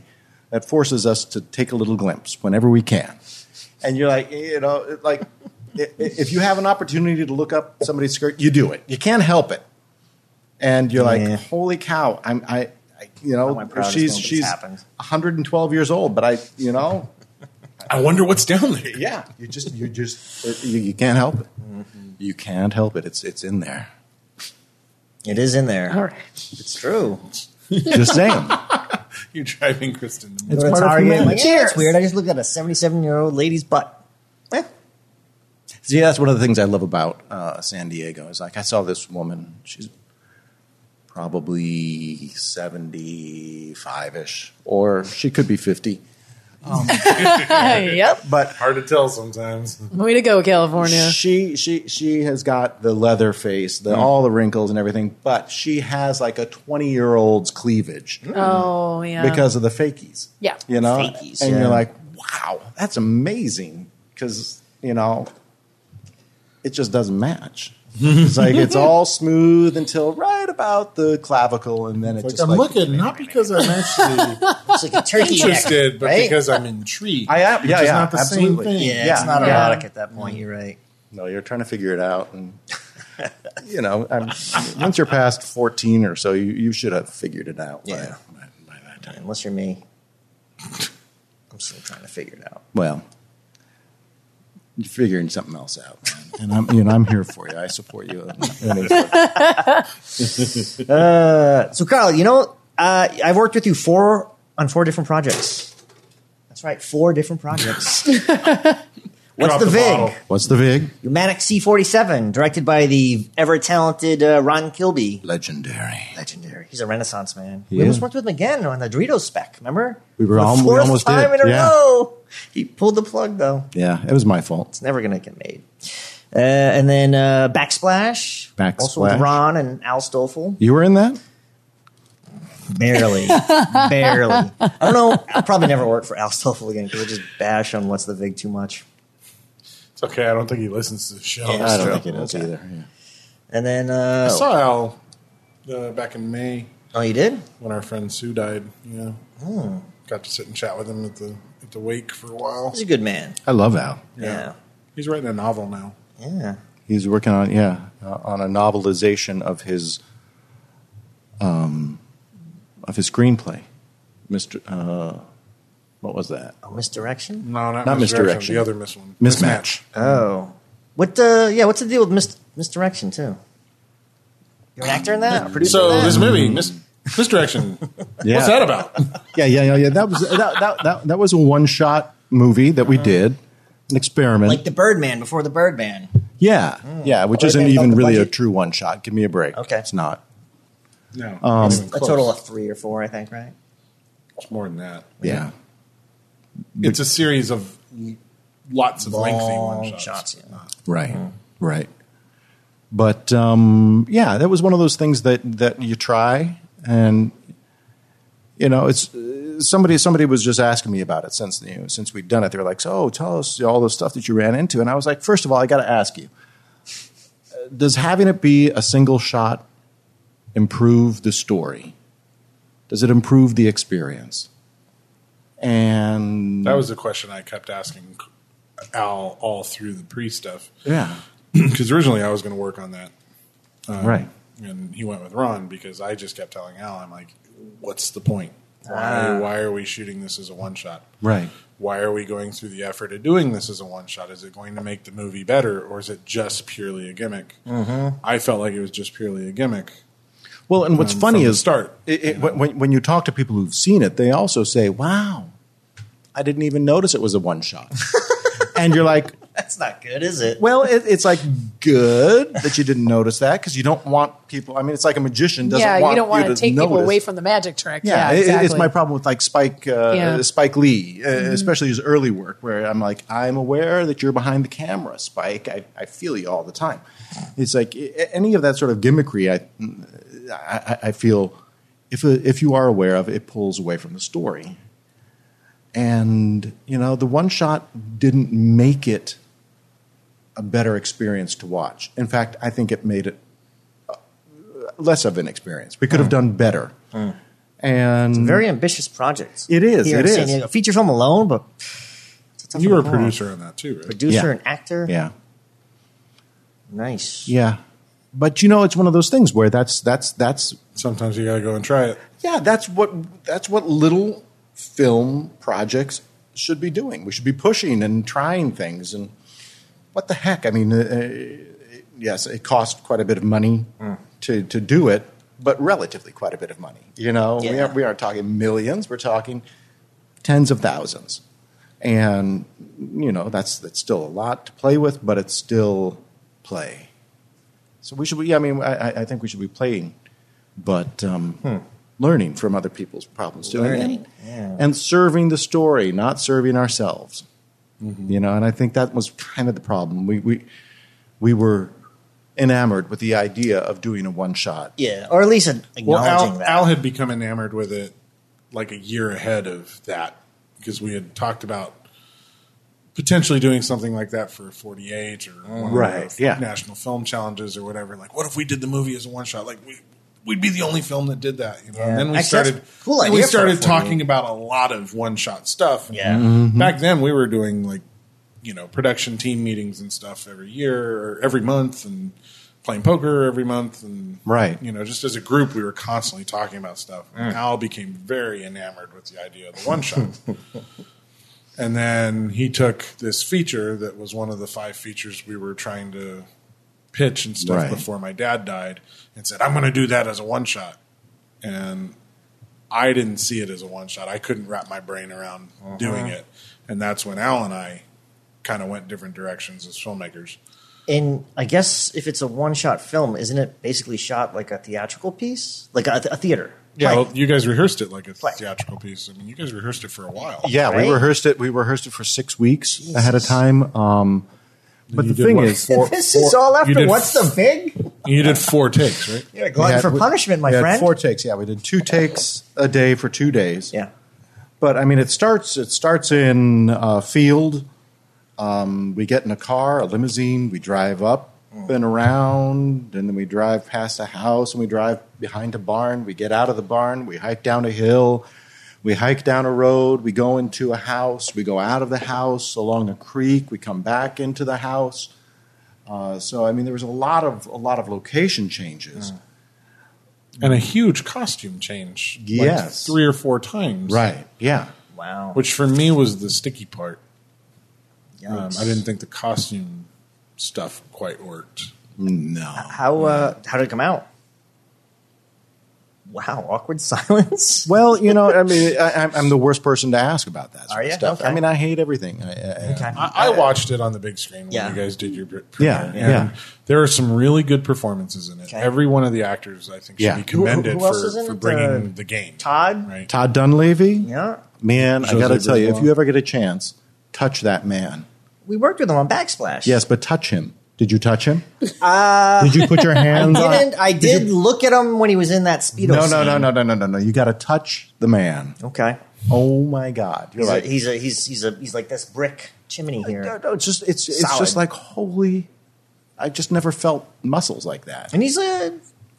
F: that forces us to take a little glimpse whenever we can. And you're like, you know, it- like i- i- if you have an opportunity to look up somebody's skirt, you do it. You can't help it. And you're
D: Yeah.
F: like, holy cow, I'm I. I- You
D: my
F: know,
D: proudest
F: she's
D: moments
F: she's
D: happened.
F: 112 years old, but I, you know,
G: I wonder what's down there. [laughs]
F: yeah, Mm-hmm. you just you just it- you, you can't help it. You can't help it. It's it's in there.
D: It is in there.
E: All right.
D: It's true.
F: Just [laughs] saying.
G: You're driving Kristen. to
D: Go
G: move.
D: to
F: part of
D: Target. Like, yeah,
E: Cheers.
D: that's weird. I just looked at a 77 year old lady's butt. Eh.
F: See, that's one of the things I love about uh, San Diego. Is like I saw this woman. She's probably seventy five ish, or she could be fifty.
E: yep.
F: But
G: Hard to tell sometimes.
E: Way to go, California.
F: she she she has got the leather face, the all the wrinkles and everything. But she has like a twenty year old's cleavage.
E: Oh yeah.
G: Um,
F: because of the fakies.
E: Yeah.
F: You know?
D: Fakies,
F: and
D: yeah.
F: you're like, wow, that's amazing. Because, you know, it just doesn't
G: [laughs]
F: match. it's like it's all smooth until right about the clavicle, and then it just
G: I'm
F: like,
G: looking not because I'm actually
D: It's like a turkey
G: interested,
D: neck,
G: but
D: right?
G: because I'm intrigued.
F: I am-
G: which
F: yeah,
G: is
F: yeah,
G: not the
F: absolutely.
G: same thing.
D: yeah,
F: Yeah.
D: it's not
F: Yeah.
D: erotic at that point. You're right. [laughs]
F: no, you're trying to figure it out, and
H: you know, I'm, once you're past 14 or so, you, you should have figured it out. by-
D: Yeah.
H: By, by that time.
D: Unless you're me, I'm still trying to figure it out.
H: Well, you're figuring something else out. man. And I'm, you know, I'm here for you. I support you.
D: So, Kyle, you know, uh, I've worked with you four on four different projects. That's right, four different
H: [laughs]
D: projects. What's
B: Drop
D: the,
B: the bottle.
D: VIG?
H: [laughs] What's the vig?
D: Humanic C47, directed by the ever talented uh, Ron Kilby.
H: Legendary.
D: Legendary. He's a renaissance man. We
H: Yeah.
D: almost worked with him again on the Doritos spec, remember?
H: We were
D: For the
H: al- we
D: fourth
H: almost did,
D: time in a
H: yeah.
D: row. He pulled the plug, though.
H: Yeah, it was my fault.
D: It's never going to get made. Uh, and then uh, Backsplash. Also with
H: Backsplash.
D: Ron and Al Stoffel.
H: You were in that? [laughs]
D: Barely. barely. I don't know. I'll probably never work for Al Stoffel again because I just bash on What's the Vig too much.
B: It's okay. I don't think he listens to the show.
D: Yeah,
H: I
B: So-
H: don't think it is either. Yeah.
D: And then, uh,
G: I saw Al uh, back in May
D: oh, you did?
G: when our friend Sue died. You know, got to sit and chat with him at the at the wake for a while.
D: He's a good man.
H: I love Al.
D: Yeah.
G: He's writing a novel now.
D: Yeah.
H: He's working on yeah uh, on a novelization of his um, of his screenplay, Mister. Uh, what was that?
D: Oh, misdirection?
G: No, not,
H: Not
G: misdirection.
H: Misdirection.
G: The other miss one.
H: Mismatch.
D: Oh. What, uh, yeah, what's the deal with mis- misdirection, too? You're an actor in that? A producer in
G: So
D: that?
G: this movie, mis- misdirection.
H: Yeah.
G: What's that about?
H: [laughs] Yeah, yeah, yeah, yeah. That was that that, that, that was a one shot movie that we did, an experiment.
D: Uh-huh. Like the Birdman before the Birdman.
H: yeah, yeah, which
D: Oh, they
H: isn't
D: bumped
H: even
D: the
H: really
D: budget?
H: a true one shot. Give me a break.
D: Okay.
H: it's not.
G: No,
H: Um,
G: it's
D: A total of three or four, I think, right?
G: It's more than that.
H: Yeah,
G: It's a series of lots of lengthy one
D: Long
G: shots.
D: yeah. [laughs]
H: right, right. But um, yeah, that was one of those things that that you try, and you know, it's uh, somebody somebody was just asking me about it since you know, since we'd done it. They were like, "So tell us all the stuff that you ran into," and I was like, first of all, I got to ask you, uh, does having it be a single shot improve the story? Does it improve the experience?" And
G: That was the question I kept asking Al all through the pre stuff [clears throat]
H: yeah,
G: because originally I was going to work on that, Um,
H: right.
G: and he went with Ron because I just kept telling Al, I'm like, "What's the point? Why? Why are we shooting this as a one shot?
H: Ah. Right.
G: Why are we going through the effort of doing this as a one shot? Is it going to make the movie better, or is it just purely a gimmick?"
H: Mm-hmm.
G: I felt like it was just purely a gimmick.
H: Well, and what's
G: um,
H: funny
G: from the
H: is
G: start,
H: It, it, when, when you talk to people who've seen it, they also say, "Wow, I didn't even notice it was a
G: [laughs]
H: one shot." and you're like,
D: That's not good, is it?
H: "Well, it, it's like good that you didn't notice that because you don't want people. I mean, it's like a magician doesn't
E: yeah,
H: want
E: you don't
H: want
E: want to take people away from the magic trick.
H: yeah,
E: Yeah,
H: it-
E: exactly.
H: it's my problem with like Spike, uh,
E: Yeah.
H: Spike Lee, uh, especially his early work, where I'm like, I'm aware that you're behind the camera, Spike. I, I feel you all the time. It's like a- any of that sort of gimmickry. I, I, I feel if uh, if you are aware of it, pulls away from the story. And you know, the one shot didn't make it a better experience to watch. In fact, I think it made it uh, less of an experience. We could have done better. And
D: Very ambitious project.
H: It is,
D: Here
H: it
D: in San
H: is.
D: Diego. Feature film alone, but it's a tough
G: You were a
D: one to pull off.
G: producer on that too, right?
D: producer
H: Yeah.
D: and actor.
H: yeah,
D: nice.
H: yeah. But you know, it's one of those things where that's that's that's
G: Sometimes you got to go and try it.
H: yeah, that's what that's what little film projects should be doing. We should be pushing and trying things. And what the heck? I mean, uh, uh, yes, it cost quite a bit of money
D: Hmm.
H: to to do it, but relatively quite a bit of money. You know, we
D: Yeah.
H: aren't we aren't talking millions. We're talking tens of thousands, and you know that's that's still a lot to play with, but it's still play. So we should be. Yeah, I mean, uh, I, I- I think we should be playing, but um, learning from other people's problems too, and-
D: Hmm. Learning, yeah.
H: and, serving the story, not serving ourselves.
D: Mm-hmm.
H: You know, and I think that was kind of the problem. We we we were enamored with the idea of doing a one shot.
D: Yeah, or at least an-
G: Well,
D: acknowledging
G: Al,
D: that.
G: Al had become enamored with it like a year ahead of that because we had talked about potentially doing something like that for 48 or one
H: Right,
G: of the
H: yeah.
G: national film challenges or whatever. Like, what if we did the movie as a one shot? Like, we. We'd be the only film that did that, you know. And then we
D: Actually, that's
G: started.
D: a cool
G: then we
D: idea for a 48.
G: started talking about a lot of one-shot stuff.
D: Yeah.
G: Back then, we were doing like, you know, production team meetings and stuff every year or every month, and playing poker every month, and
H: Right.
G: you know, just as a group, we were constantly talking about stuff. And Al became very enamored with the idea of the one shot. And then he took this feature that was one of the five features we were trying to pitch and stuff
H: Right.
G: before my dad died and said, I'm going to do that as a one shot. And I didn't see it as a one shot. I couldn't wrap my brain around
H: Uh-huh.
G: doing it. And that's when Al and I kind of went different directions as filmmakers.
D: And I guess if it's a one-shot film, isn't it basically shot like a theatrical piece, like a, a theater?
G: Yeah,
D: play?
G: well, you guys rehearsed it like a
D: Play.
G: theatrical piece. I mean, you guys rehearsed it for a while.
H: Yeah,
D: Right?
H: we rehearsed it. We rehearsed it for six weeks ahead of time. Um, but the
G: did
H: thing
G: what,
H: is,
G: four-
D: this
G: four-
D: is all
G: you
D: after
G: did
D: what's the big?
G: You did four takes, right?
D: You're a
H: we
D: glutton
H: had-
D: for
H: we-
D: punishment, my
H: we had
D: friend.
H: Four takes. Yeah, we did two takes a day for two days.
D: yeah.
H: but I mean, it starts. It starts in a field. Um, we get in a car, a limousine. We drive up
D: Mm.
H: and around, and then we drive past a house, and we drive behind a barn. We get out of the barn. We hike down a hill. We hike down a road. We go into a house. We go out of the house along a creek. We come back into the house. Uh, so I mean, there was a lot of a lot of location changes.
D: Mm.
G: And a huge costume change. like,
H: Yes.
G: three or four times.
H: Right? Yeah.
D: Wow.
G: Which for me was the sticky part. Um,
D: Yikes.
G: I didn't think the costume stuff quite worked.
H: No.
D: How uh, how did it come out? Wow, awkward [laughs] silence.
H: Well, you know, I mean, I, I'm- I'm the worst person to ask about that sort
D: Are
H: of
D: ya?
H: stuff.
D: Okay.
H: I mean, I hate everything. I, I, uh,
D: Okay.
G: I, I watched it on the big screen when
D: Yeah.
G: you guys did your pre- premiere.
H: Yeah,
G: and
H: yeah.
G: There are some really good performances in it.
D: Okay.
G: Every one of the actors, I think, should
H: Yeah.
G: be
D: Who- who-
G: commended
D: who else is in
G: for, for
D: it?
G: bringing
D: Uh,
G: the game.
D: Todd?
G: right?
H: Todd Dunleavy,
D: Yeah.
H: man, I
G: Jose
H: got to tell you, if
G: Griswold.
H: you ever get a chance, touch that man.
D: We worked with him on Backsplash.
H: Yes, but touch him. Did you touch him? Uh, did you put your hands on?
D: Didn't, [laughs] I did look at him when he was in that Speedo
H: No, no,
D: scene.
H: no, no, no, no, no, no. You got to touch the man.
D: Okay.
H: Oh my God! You're
D: He's,
H: like,
D: a, he's, a, he's, he's, a, he's like this brick chimney
H: no,
D: here.
H: no, it's just it's it's
D: Solid.
H: just like holy. I just never felt muscles like that.
D: And he's uh,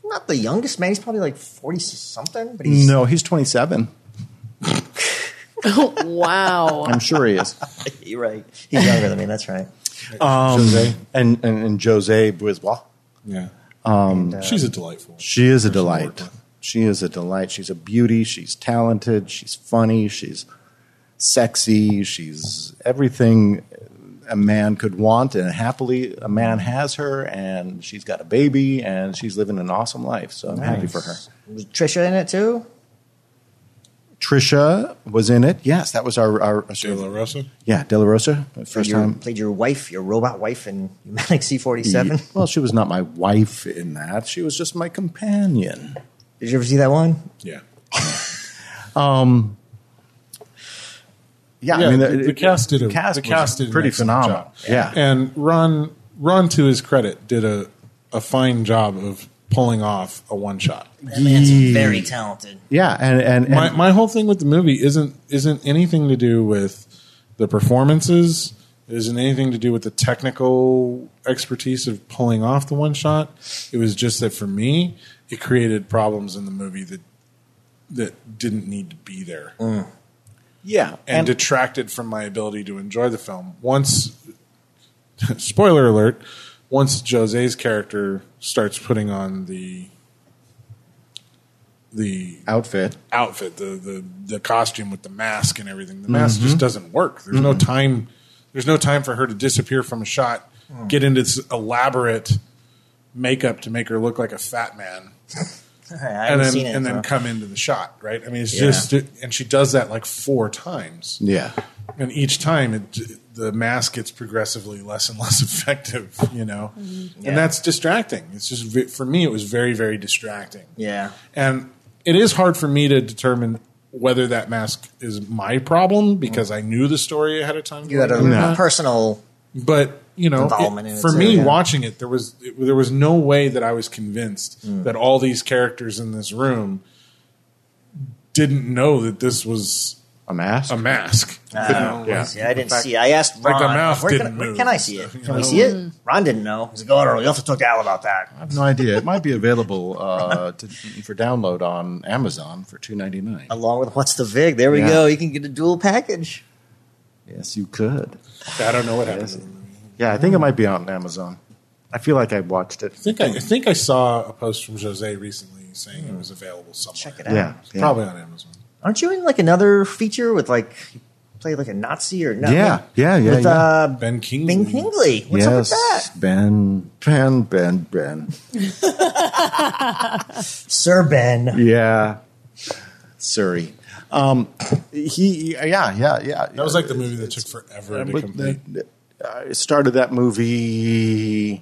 D: not the youngest man. He's probably like 40 something, but he's.
H: No, he's 27.
E: [laughs]
F: [laughs]
E: wow.
H: I'm sure he is.
D: You're right. He's younger than me. That's right.
H: Jose and, and and Jose Brisbois.
G: Yeah.
H: Um,
D: uh,
G: She's a delightful.
H: She is a
G: person to work
H: delight.
G: with.
H: She is a delight. She's a beauty. She's talented. She's funny. She's sexy. She's everything a man could want, and happily a man has her. And she's got a baby, and she's living an awesome life. So I'm happy for her.
D: Was Trisha in it too?
H: Trisha was in it. Yes, that was our our
G: De La Rosa.
H: yeah De La Rosa first
D: Your-
H: time.
D: Played your wife, your robot wife in Humanity C 47.
H: Well, she was not my wife in that. She was just my companion.
D: Did you ever see that one?
G: Yeah.
H: Yeah,
G: yeah,
H: I mean uh,
G: the, the cast did a,
H: cast
G: the
H: was
G: cast did an
H: pretty
G: excellent
H: phenomenal.
G: job.
H: Yeah.
G: and Ron Ron to his credit did a a fine job of pulling off a one shot.
D: That man's very talented.
H: Yeah, and and, and
G: My my whole thing with the movie isn't isn't anything to do with the performances. It isn't anything to do with the technical expertise of pulling off the one shot. It was just that for me, it created problems in the movie that that didn't need to be there.
H: yeah,
G: and, detracted from my ability to enjoy the film. Once, [laughs] spoiler alert, once Jose's character starts putting on the the
H: outfit.
G: outfit, the the, the costume with the mask and everything, the mask just
D: Mm-hmm.
G: doesn't work. There's no time. There's no time for her to disappear from a shot,
D: Mm.
G: get into this elaborate makeup to make her look like a
D: [laughs]
G: fat man
D: I haven't
G: and then
D: seen it.
G: and then
D: so-
G: come into the shot, right? I mean, it's just and she does that like four times,
H: Yeah,
G: and each time it, the mask gets progressively less and less [laughs] effective, you know,
D: Mm-hmm.
G: and that's distracting. It's just ve- for me, it was very very distracting,
D: yeah.
G: and it is hard for me to determine whether that mask is my problem because I knew the story ahead of time.
D: Mm. You had a
G: going in.
D: personal.
G: But you know,
D: Involvement
G: it-
D: in it
G: for
D: too,
G: me
D: yeah.
G: watching it, there was it, there was no way that I was convinced
D: Mm.
G: that all these characters in this room didn't know that this was
H: a mask.
G: a mask.
D: Uh, yeah. I didn't see it. I asked Ron.
G: like the mouth
D: where,
G: didn't
D: can, where
G: move
D: can I
G: and
D: see it?
G: stuff, you
D: Can we
G: know?
D: see it? Ron didn't know. He's like, oh, no, you have to talk to Al about
H: I
D: that.
H: have no idea. It might be available uh, to, for download on Amazon for two ninety nine.
D: Along with What's the Vig? There we
H: Yeah.
D: go. You can get a dual package.
H: Yes, you could.
G: I don't know what happened.
H: Yeah, I think it might be on Amazon.
J: I feel like I watched it.
G: I think I, I think I saw a post from Jose recently saying it was available somewhere.
D: Hmm. Check it out.
J: Yeah,
G: It's
J: yeah.
G: probably on Amazon.
D: Aren't you in like another feature with like you play like a Nazi or no?
H: Yeah, yeah, yeah,
D: With
H: yeah.
D: uh,
G: Ben Kingsley.
D: Bing Kingsley. What's up with that?
H: Ben, Ben, Ben, Ben.
D: Sir Ben.
H: Yeah, Surrey. Um, he, yeah, yeah, yeah.
G: That was like the movie that took forever to complete.
H: I uh, started that movie.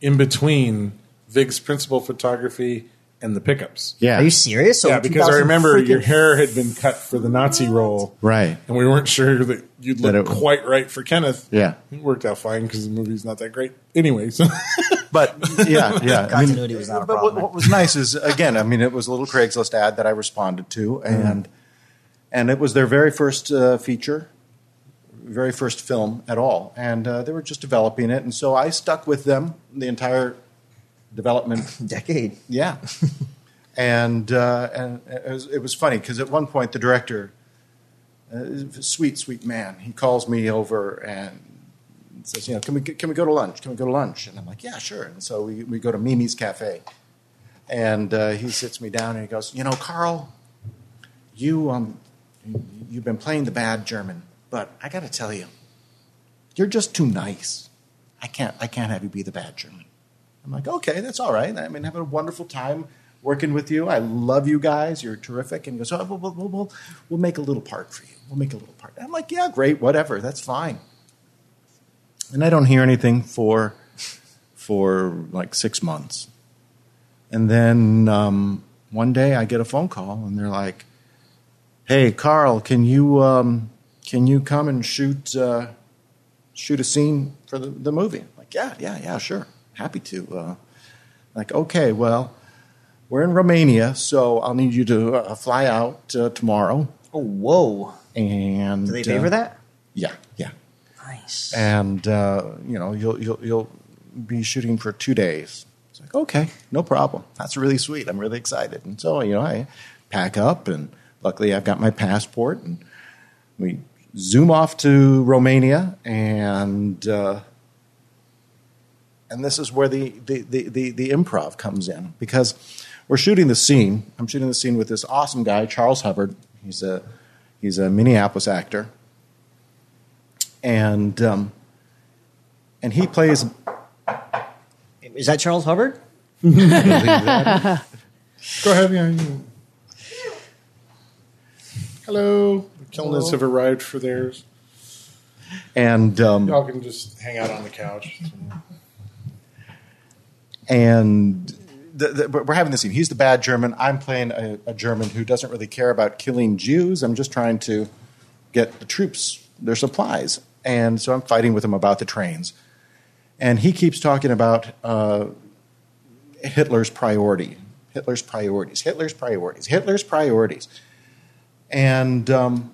G: in between Vig's principal photography and the pickups.
H: Yeah,
D: Are you serious? So
G: Yeah,
D: in
G: because
D: 2000
G: I remember your
D: Oh, freaking-
G: hair had been cut for the Nazi role.
H: Right.
G: And we weren't sure that you'd look
H: That it-
G: quite right for Kenneth.
H: Yeah.
G: It worked out fine because the movie's not that great. Anyway, [laughs] so
H: but [laughs] yeah, [laughs] yeah. I mean,
D: Continuity was not a
H: but what,
D: problem.
H: what was nice is again, I mean, it was a little Craigslist ad that I responded to, and and it was their very first uh, feature, very first film at all, and uh, they were just developing it, and so I stuck with them the entire development.
D: Decade.
H: Yeah, and uh, and it was, it was funny because at one point the director, uh, sweet sweet man, he calls me over and says, you know, can we can we go to lunch? Can we go to lunch? And I'm like, yeah, sure. And so we we go to Mimi's Cafe, and uh, he sits me down and he goes, you know, Carl, you um, you've been playing the bad German, but I got to tell you, you're just too nice. I can't I can't have you be the bad German. I'm like, okay, that's all right. I mean, having a wonderful time working with you. I love you guys. You're terrific. And he goes, oh, we'll, we'll, we'll- we'll, we'll make a little part for you. We'll make a little part. I'm like, yeah, great, whatever. That's fine. And I don't hear anything for for like six months. And then um, one day I get a phone call, and they're like, "Hey, Carl, can you um, can you come and shoot?" Uh, shoot a scene for the, the movie. I'm like, yeah, yeah, yeah, sure. Happy to. Uh, like, okay, well, we're in Romania, so I'll need you to uh, fly out uh, tomorrow.
D: Oh, whoa.
H: And
D: Do they pay
H: uh,
D: for that?
H: Yeah, yeah.
D: Nice.
H: And uh, you know, you'll you'll you'll be shooting for two days. It's like, okay, no problem. That's really sweet. I'm really excited. And so, you know, I pack up, and luckily I've got my passport, and we zoom off to Romania, and uh, and this is where the the, the, the the improv comes in because we're shooting the scene. I'm shooting the scene with this awesome guy, Charles Hubbard. He's a he's a Minneapolis actor, and um, and he plays.
D: Is that Charles Hubbard?
G: go ahead. yeah, you- Hello. The Kelness have arrived for theirs.
H: And um,
G: Y'all can just hang out on the couch.
H: and the, the, but we're having this scene. He's the bad German. I'm playing a, a German who doesn't really care about killing Jews. I'm just trying to get the troops their supplies, and so I'm fighting with him about the trains. And he keeps talking about uh, Hitler's priority, Hitler's priorities, Hitler's priorities, Hitler's priorities, and. Um,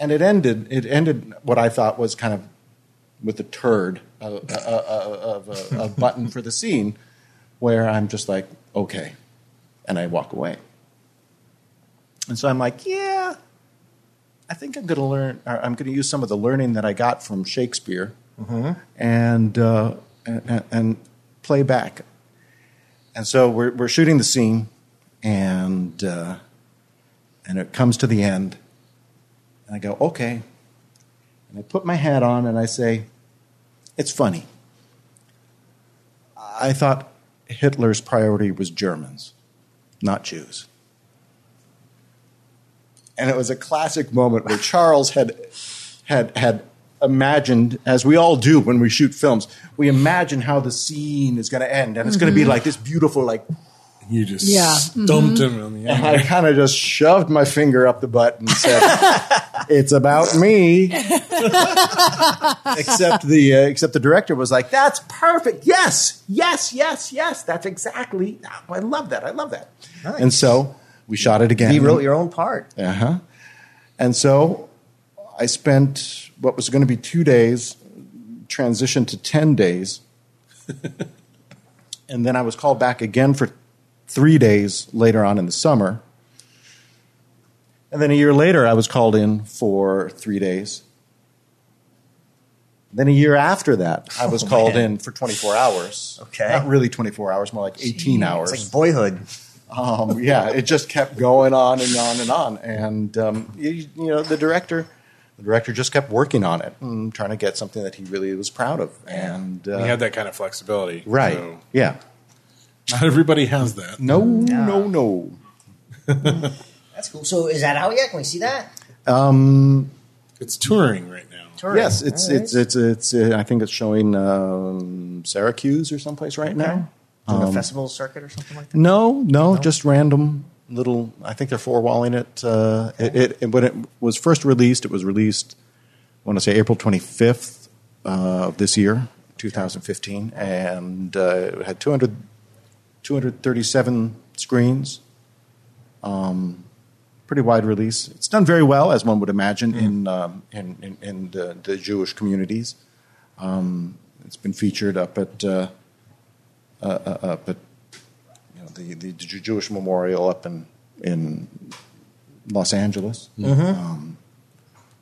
H: and it ended. It ended what I thought was kind of with a turd of, of,
D: [laughs]
H: of a, a button for the scene where I'm just like, okay. And I walk away. And so I'm like, yeah, I think I'm going to learn, or I'm going to use some of the learning that I got from Shakespeare
D: Mm-hmm.
H: and, uh, and, and play back. And so we're, we're shooting the scene and, uh, and it comes to the end. And I go, okay, and I put my hat on and I say, It's funny. I thought Hitler's priority was Germans, not Jews. And it was a classic moment where Charles had, had, had imagined, as we all do when we shoot films, we imagine how the scene is going to end. And it's going to be like this beautiful, like,
G: You just
E: Yeah. mm-hmm.
G: stumped him on the end.
H: and I kind of just shoved my finger up the butt and said, "It's about me." except the uh, except the director was like, "That's perfect. Yes, yes, yes, yes. That's exactly. oh, I love that. I love that." And so we shot it again.
D: He wrote your own part.
H: Uh huh. And so I spent what was going to be two days, transitioned to 10 days. and then I was called back again for three days later on in the summer. And then a year later, I was called in for three days. Then a year after that, I was called in for 24 hours.
D: Oh, Okay.
H: Not really 24 hours, more like 18 hours.
D: It's like boyhood.
H: um, yeah, it just kept going on and on and on. And um, you, you know, the director, the director just kept working on it and trying to get something that he really was proud of. And uh,
B: We had that kind of flexibility.
H: right,
B: so
H: yeah,
B: not everybody has that.
H: no, no, no.
D: That's cool. So is that out yet? Can we see that?
B: It's touring right now.
D: Touring.
H: Yes, it's
D: All right.
H: it's it's it's. Uh, I think it's showing um, Syracuse or someplace right now. Um,
D: Doing a festival circuit or something like that.
H: No, no, just random little. I think they're four walling it. Uh, it, it, it. When it was first released, it was released. I want to say April twenty fifth uh, of this year, two thousand fifteen, and uh, it had 200, 237 screens. Um, pretty wide release. It's done very well, as one would imagine, in um, in in, in the, the Jewish communities. Um, it's been featured up at. Uh, uh, uh, up at you know, the, the Jew- Jewish memorial up in in Los Angeles, um,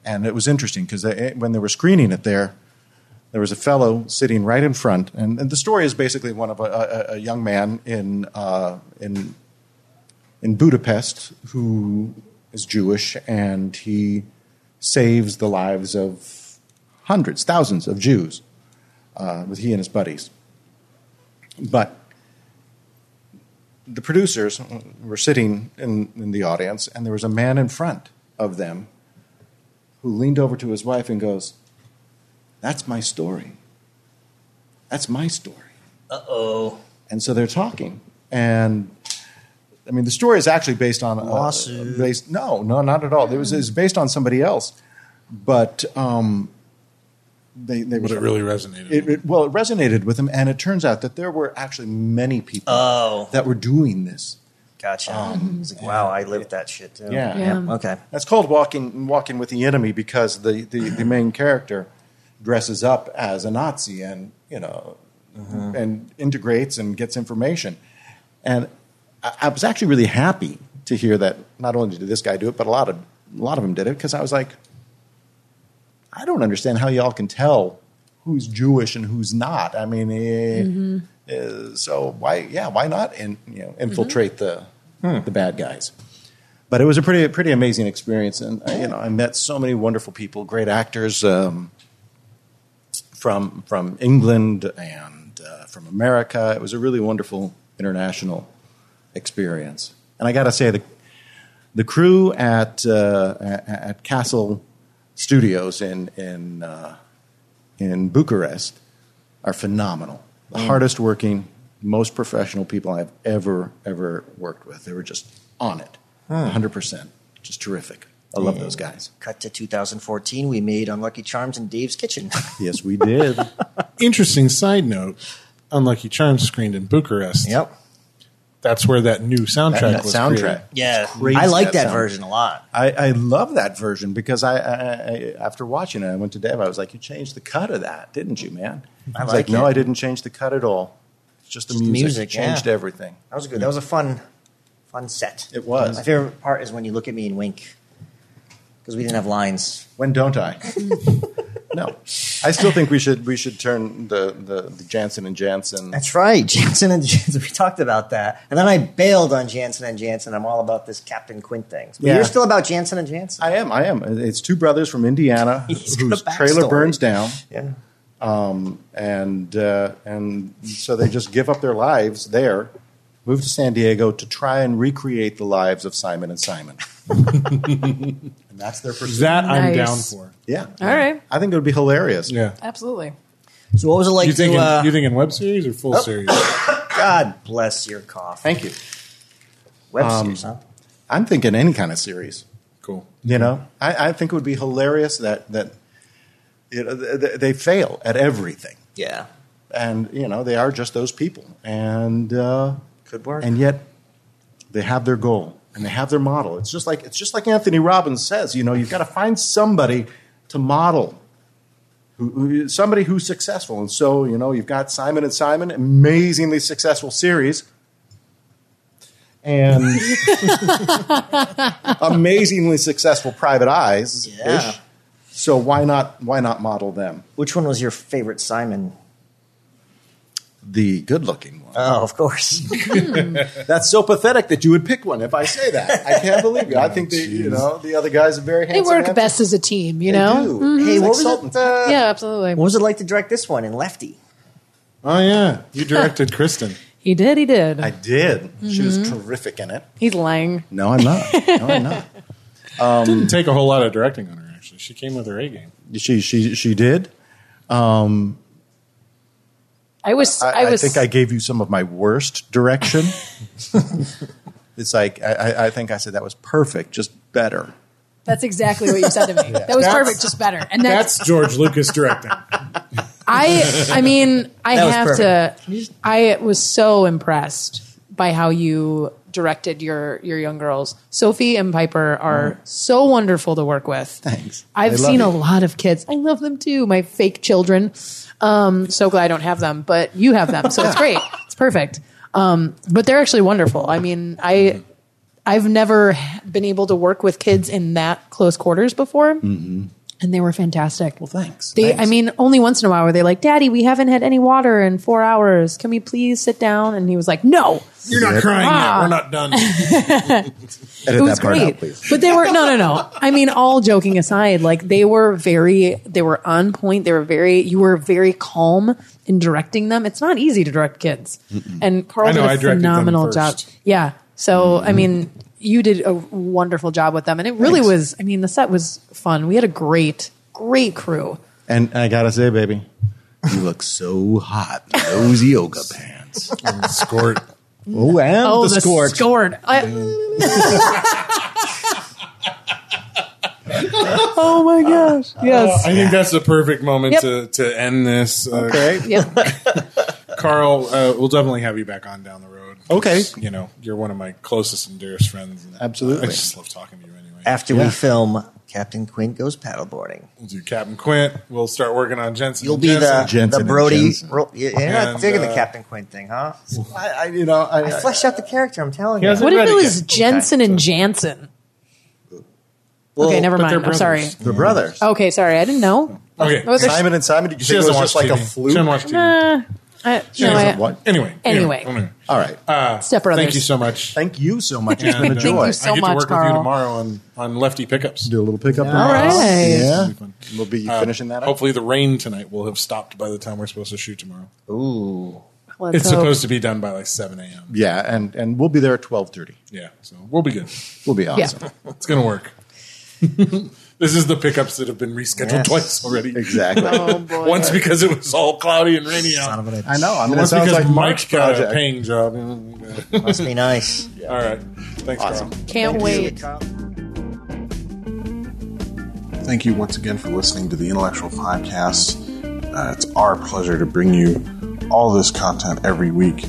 H: and it was interesting because when they were screening it there, there was a fellow sitting right in front, and, and the story is basically one of a, a, a young man in uh, in in Budapest who is Jewish, and he saves the lives of hundreds, thousands of Jews uh, with he and his buddies, but the producers were sitting in, in the audience, and there was a man in front of them who leaned over to his wife and goes, That's my story. That's my story.
D: Uh oh.
H: And so they're talking. And I mean, the story is actually based on a
D: Lawsuit.
H: Based, no, no, not at all. It was, it was based on somebody else. But um, they, they
B: But
H: were-
B: it really resonated.
H: it, it- well, it resonated with him, and it turns out that there were actually many people
D: Oh.
H: that were doing this. Um,
D: Gotcha. it's like, wow, I lived that shit too.
H: Yeah.
E: Yeah.
D: Okay.
H: That's called walking walking with the enemy because the, the, the main character dresses up as a Nazi and you know and integrates and gets information. And I, I was actually really happy to hear that not only did this guy do it, but a lot of a lot of them did it because I was like, I don't understand how y'all can tell who's Jewish and who's not. I mean, eh, eh, so why? Yeah, why not? And you know, infiltrate the the bad guys but it was a pretty pretty amazing experience, and I, you know I met so many wonderful people, great actors um, from from England and uh, from America. It was a really wonderful international experience, and I got to say the the crew at uh, at- at Castle Studios in in uh, in Bucharest are phenomenal. The hardest working, most professional people I've ever ever worked with. They were just on it, hundred percent, just terrific. I love those guys.
D: Cut to 2014. We made Unlucky Charms in Dave's
H: [laughs]
D: Kitchen.
H: Yes, we [laughs] did.
B: Interesting side note: Unlucky Charms screened in Bucharest.
D: yep.
B: that's where that new soundtrack
H: that that
B: was
H: soundtrack.
B: created.
D: Yeah.
H: crazy,
D: I like
H: that
D: that
H: sound.
D: version a lot.
H: I, I love that version because I, I, I after watching it, I went to Dave. I was like, "You changed the cut of that, didn't you, man?" I was
D: like
H: like, "No,
D: it.
H: I didn't change the cut at all. It's just the
D: Just the
H: music.
D: music,
H: changed
D: yeah.
H: everything."
D: That was good. That was a fun, fun set.
H: It was.
D: My favorite part is when you look at me and wink because we didn't have lines.
H: When don't [laughs] I? no, I still think we should we should turn the the, the Jansen and Jansen.
D: That's right, [laughs] Jansen and Jansen. We talked about that, and then I bailed on Jansen and Jansen. I'm all about this Captain Quint thing. But
H: Yeah.
D: you're still about Jansen and Jansen.
H: I am. I am. It's two brothers from [laughs] Indiana
D: He's got
H: whose
D: a backstory.
H: trailer burns down,
D: yeah.
H: and uh, and so they just give up their lives there, move to San Diego to try and recreate the lives of Simon and Simon. and that's their pursuit.
B: That I'm
E: Nice.
B: down for.
H: yeah.
E: All right.
H: I think it would be hilarious.
B: Yeah.
E: Absolutely.
D: So what was it like
B: You thinking
D: to? Uh,
B: you thinking web series or
G: Oh.
B: full series?
D: God bless your cough.
H: Thank you.
D: Web series, huh?
H: I'm thinking any kind of series.
B: Cool.
H: You know, I, I think it would be hilarious that that you know, th- th- they fail at everything,
D: Yeah,
H: and you know they are just those people, and uh,
D: could work.
H: and yet they have their goal and they have their model. It's just like it's just like Anthony Robbins says. You know, you've got to find somebody to model, who, who somebody who's successful. And so you know, you've got Simon and Simon, amazingly successful series.
D: [laughs]
H: And amazingly successful private eyes,
D: Yeah.
F: So why not why not model them?
D: Which one was your favorite Simon?
F: The good-looking one.
D: Oh, of course.
F: That's so pathetic that you would pick one if I say that. I can't believe you. I think the you know the other guys are very
E: They
F: handsome.
E: work
F: handsome.
E: best as a team, you
F: They
E: know? Mm-hmm.
F: do.
D: Mm-hmm. hey,
F: It's
D: what
F: like
D: was,
F: salt
D: it,
F: and
D: uh,
E: Yeah, absolutely.
D: what was it like to direct this one in Lefty?
G: Oh yeah, you directed Kristen.
E: He did, he did.
F: I did. She was terrific in it.
E: He's lying.
F: No, I'm not. No, I'm not. [laughs]
G: Didn't take a whole lot of directing on her actually. She came with her A game.
F: She she she did.
E: I was, I,
F: I, I
E: was,
F: think I gave you some of my worst direction. it's like I, I, I think I said that was perfect, just better.
E: that's exactly what you said
F: [laughs]
E: to me. That was
G: That's-
E: perfect, just better. And that's,
G: That's George Lucas directing.
E: I, I mean, I
D: was
E: have to, I was so impressed by how you directed your, your young girls. Sophie and Piper are so wonderful to work with.
F: Thanks. I
E: I've
F: love
E: seen a
F: you.
E: lot of kids. I love them too. My fake children. Um, so glad I don't have them, but you have them, so it's
F: [laughs]
E: great. It's perfect. Um, but they're actually wonderful. I mean, I I've never been able to work with kids in that close quarters
F: Mm-hmm.
E: before, and they were fantastic. Well,
F: thanks.
E: They,
F: Thanks.
E: I mean, only once in a while were they like, "Daddy, we haven't had any water in four hours. Can we please sit down?" And he was like, "No."
G: You're not crying yet. We're not done.
E: it
F: Edit
E: was
F: that part
E: great.
F: out, please.
E: But they were no, no, no. I mean, all joking aside, like they were very, they were on point. They were very, you were very calm in directing them. It's not easy to direct kids, and Carl
G: I know,
E: did a
G: I directed them
E: phenomenal
G: first.
E: job. Yeah. So I mean, you did a wonderful job with them, and it really was. I mean, the set was fun. We had a great, great crew.
F: And I gotta say, baby, you look so hot in those yoga pants.
G: Squirt.
F: Oh, and
E: Oh,
F: the,
E: the
F: scorch.
E: scored. I- [laughs] oh my gosh! Yes.
G: Uh, I think that's the perfect moment
E: Yep.
G: to, to end this. Uh,
F: Okay.
G: [laughs]
E: Yep.
G: Carl, uh, we'll definitely have you back on down the road.
F: Okay.
G: You know, you're one of my closest and dearest friends. and
F: Absolutely.
G: I just love talking to you anyway.
D: [laughs] After we film Captain Quint Goes Paddleboarding,
G: We'll do Captain Quint. We'll start working on Jensen.
D: you'll
G: and
D: be the,
G: Jensen.
F: Jensen
D: the
F: and
D: Brody.
F: Jensen.
D: Ro- you're
G: And,
D: not digging
G: uh,
D: the Captain Quint thing, huh?
F: I, I, you know, I,
D: I fleshed out the character. I'm telling
G: He
D: you.
G: hasn't-
E: What if it
G: Ready.
E: was Jensen and Jansen? okay, never
G: but they're
E: mind. I'm sorry.
G: brothers.
F: the brothers.
E: Okay, sorry. I didn't know.
G: Okay.
E: Oh, there's-
F: Simon and Simon. Did you
G: she
F: think it
G: doesn't
F: was
G: watch
F: just like
G: TV.
F: a
G: She doesn't
F: fluke?
E: Uh,
G: watch TV.
E: I,
G: She
E: no,
G: doesn't
E: I- [laughs]
F: What?
G: Anyway. Uh,
E: Anyway.
F: All right.
E: Step Brothers.
G: Thank you so much.
F: Thank you so much. It's been
G: And,
F: a
G: uh,
F: joy.
E: you so
G: I get
E: much,
G: to work with
E: Carl.
G: you tomorrow on, on Lefty Pickups.
F: Do a little pickup.
D: All
F: tomorrow.
E: right.
F: Yeah.
G: It'll be fun.
F: We'll be
G: Uh,
F: finishing that up.
G: Hopefully, the rain tonight will have stopped by the time we're supposed to shoot tomorrow.
D: Ooh.
E: Let's
G: It's
E: hope.
G: supposed to be done by like 7 a.m.
F: Yeah, and and we'll be there at twelve thirty.
G: Yeah, so we'll be good.
F: We'll be
E: Yeah.
F: awesome.
G: It's going to work. [laughs] this is the pickups that have been rescheduled
D: Yes.
G: twice already.
F: Exactly.
E: Oh boy.
G: Once because it was all cloudy and rainy
D: Son of
G: out.
D: a bitch.
F: I know. I mean, it
G: Once
F: sounds
G: because
F: like Mike's
G: Mike got a
F: project.
G: paying job.
D: Must be nice.
G: All right. Thanks,
F: Awesome.
G: Carl.
E: Can't wait.
B: Thank you once again for listening to the Intellectual Podcast. Uh, it's our pleasure to bring you all this content every week.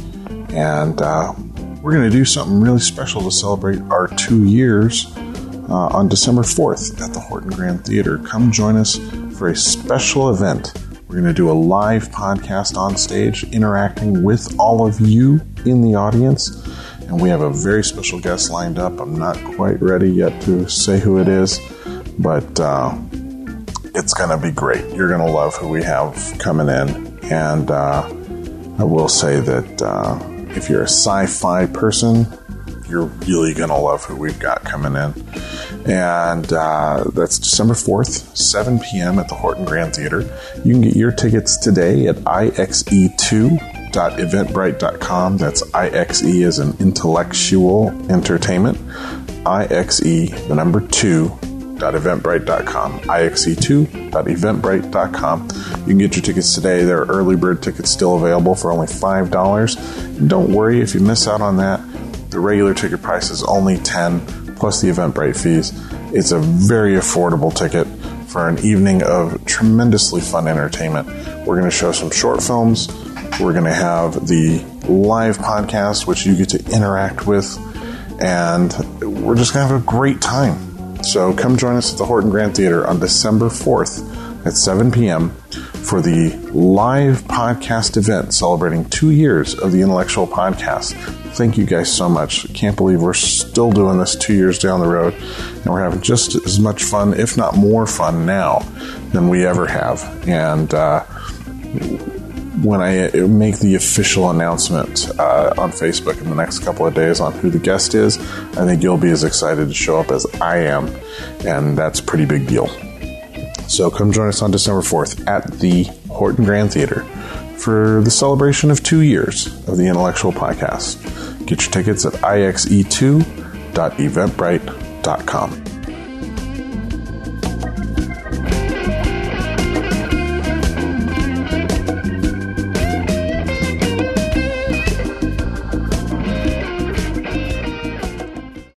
B: And uh, we're going to do something really special to celebrate our two years uh, on December 4th at the Horton Grand Theater. Come join us for a special event. We're going to do a live podcast on stage, interacting with all of you in the audience. And we have a very special guest lined up. I'm not quite ready yet to say who it is, but uh, it's going to be great. You're going to love who we have coming in. And uh, I will say that uh, if you're a sci fi person, you're really going to love who we've got coming in. And uh, that's December 4th, 7 p.m. at the Horton Grand Theater. You can get your tickets today at E ixe2.eventbrite.com. That's IXE as an intellectual entertainment. IXE, E, the number two, eventbrite.com E ixe2.eventbrite.com you can get your tickets today there are early bird tickets still available for only $5 and don't worry if you miss out on that the regular ticket price is only 10 plus the eventbrite fees it's a very affordable ticket for an evening of tremendously fun entertainment we're going to show some short films we're going to have the live podcast which you get to interact with and we're just going to have a great time so come join us at the Horton Grand Theater on December 4th at 7 p.m. for the live podcast event celebrating two years of the Intellectual Podcast. Thank you guys so much. Can't believe we're still doing this two years down the road, and we're having just as much fun, if not more fun, now than we ever have. And uh, when I uh, make the official announcement uh, on Facebook in the next couple of days on who the guest is, I think you'll be as excited to show up as I am, and that's a pretty big deal. So come join us on December 4th at the Horton Grand Theater for the celebration of two years of the Intellectual E Podcast. Get your tickets at ixe2.eventbrite.com.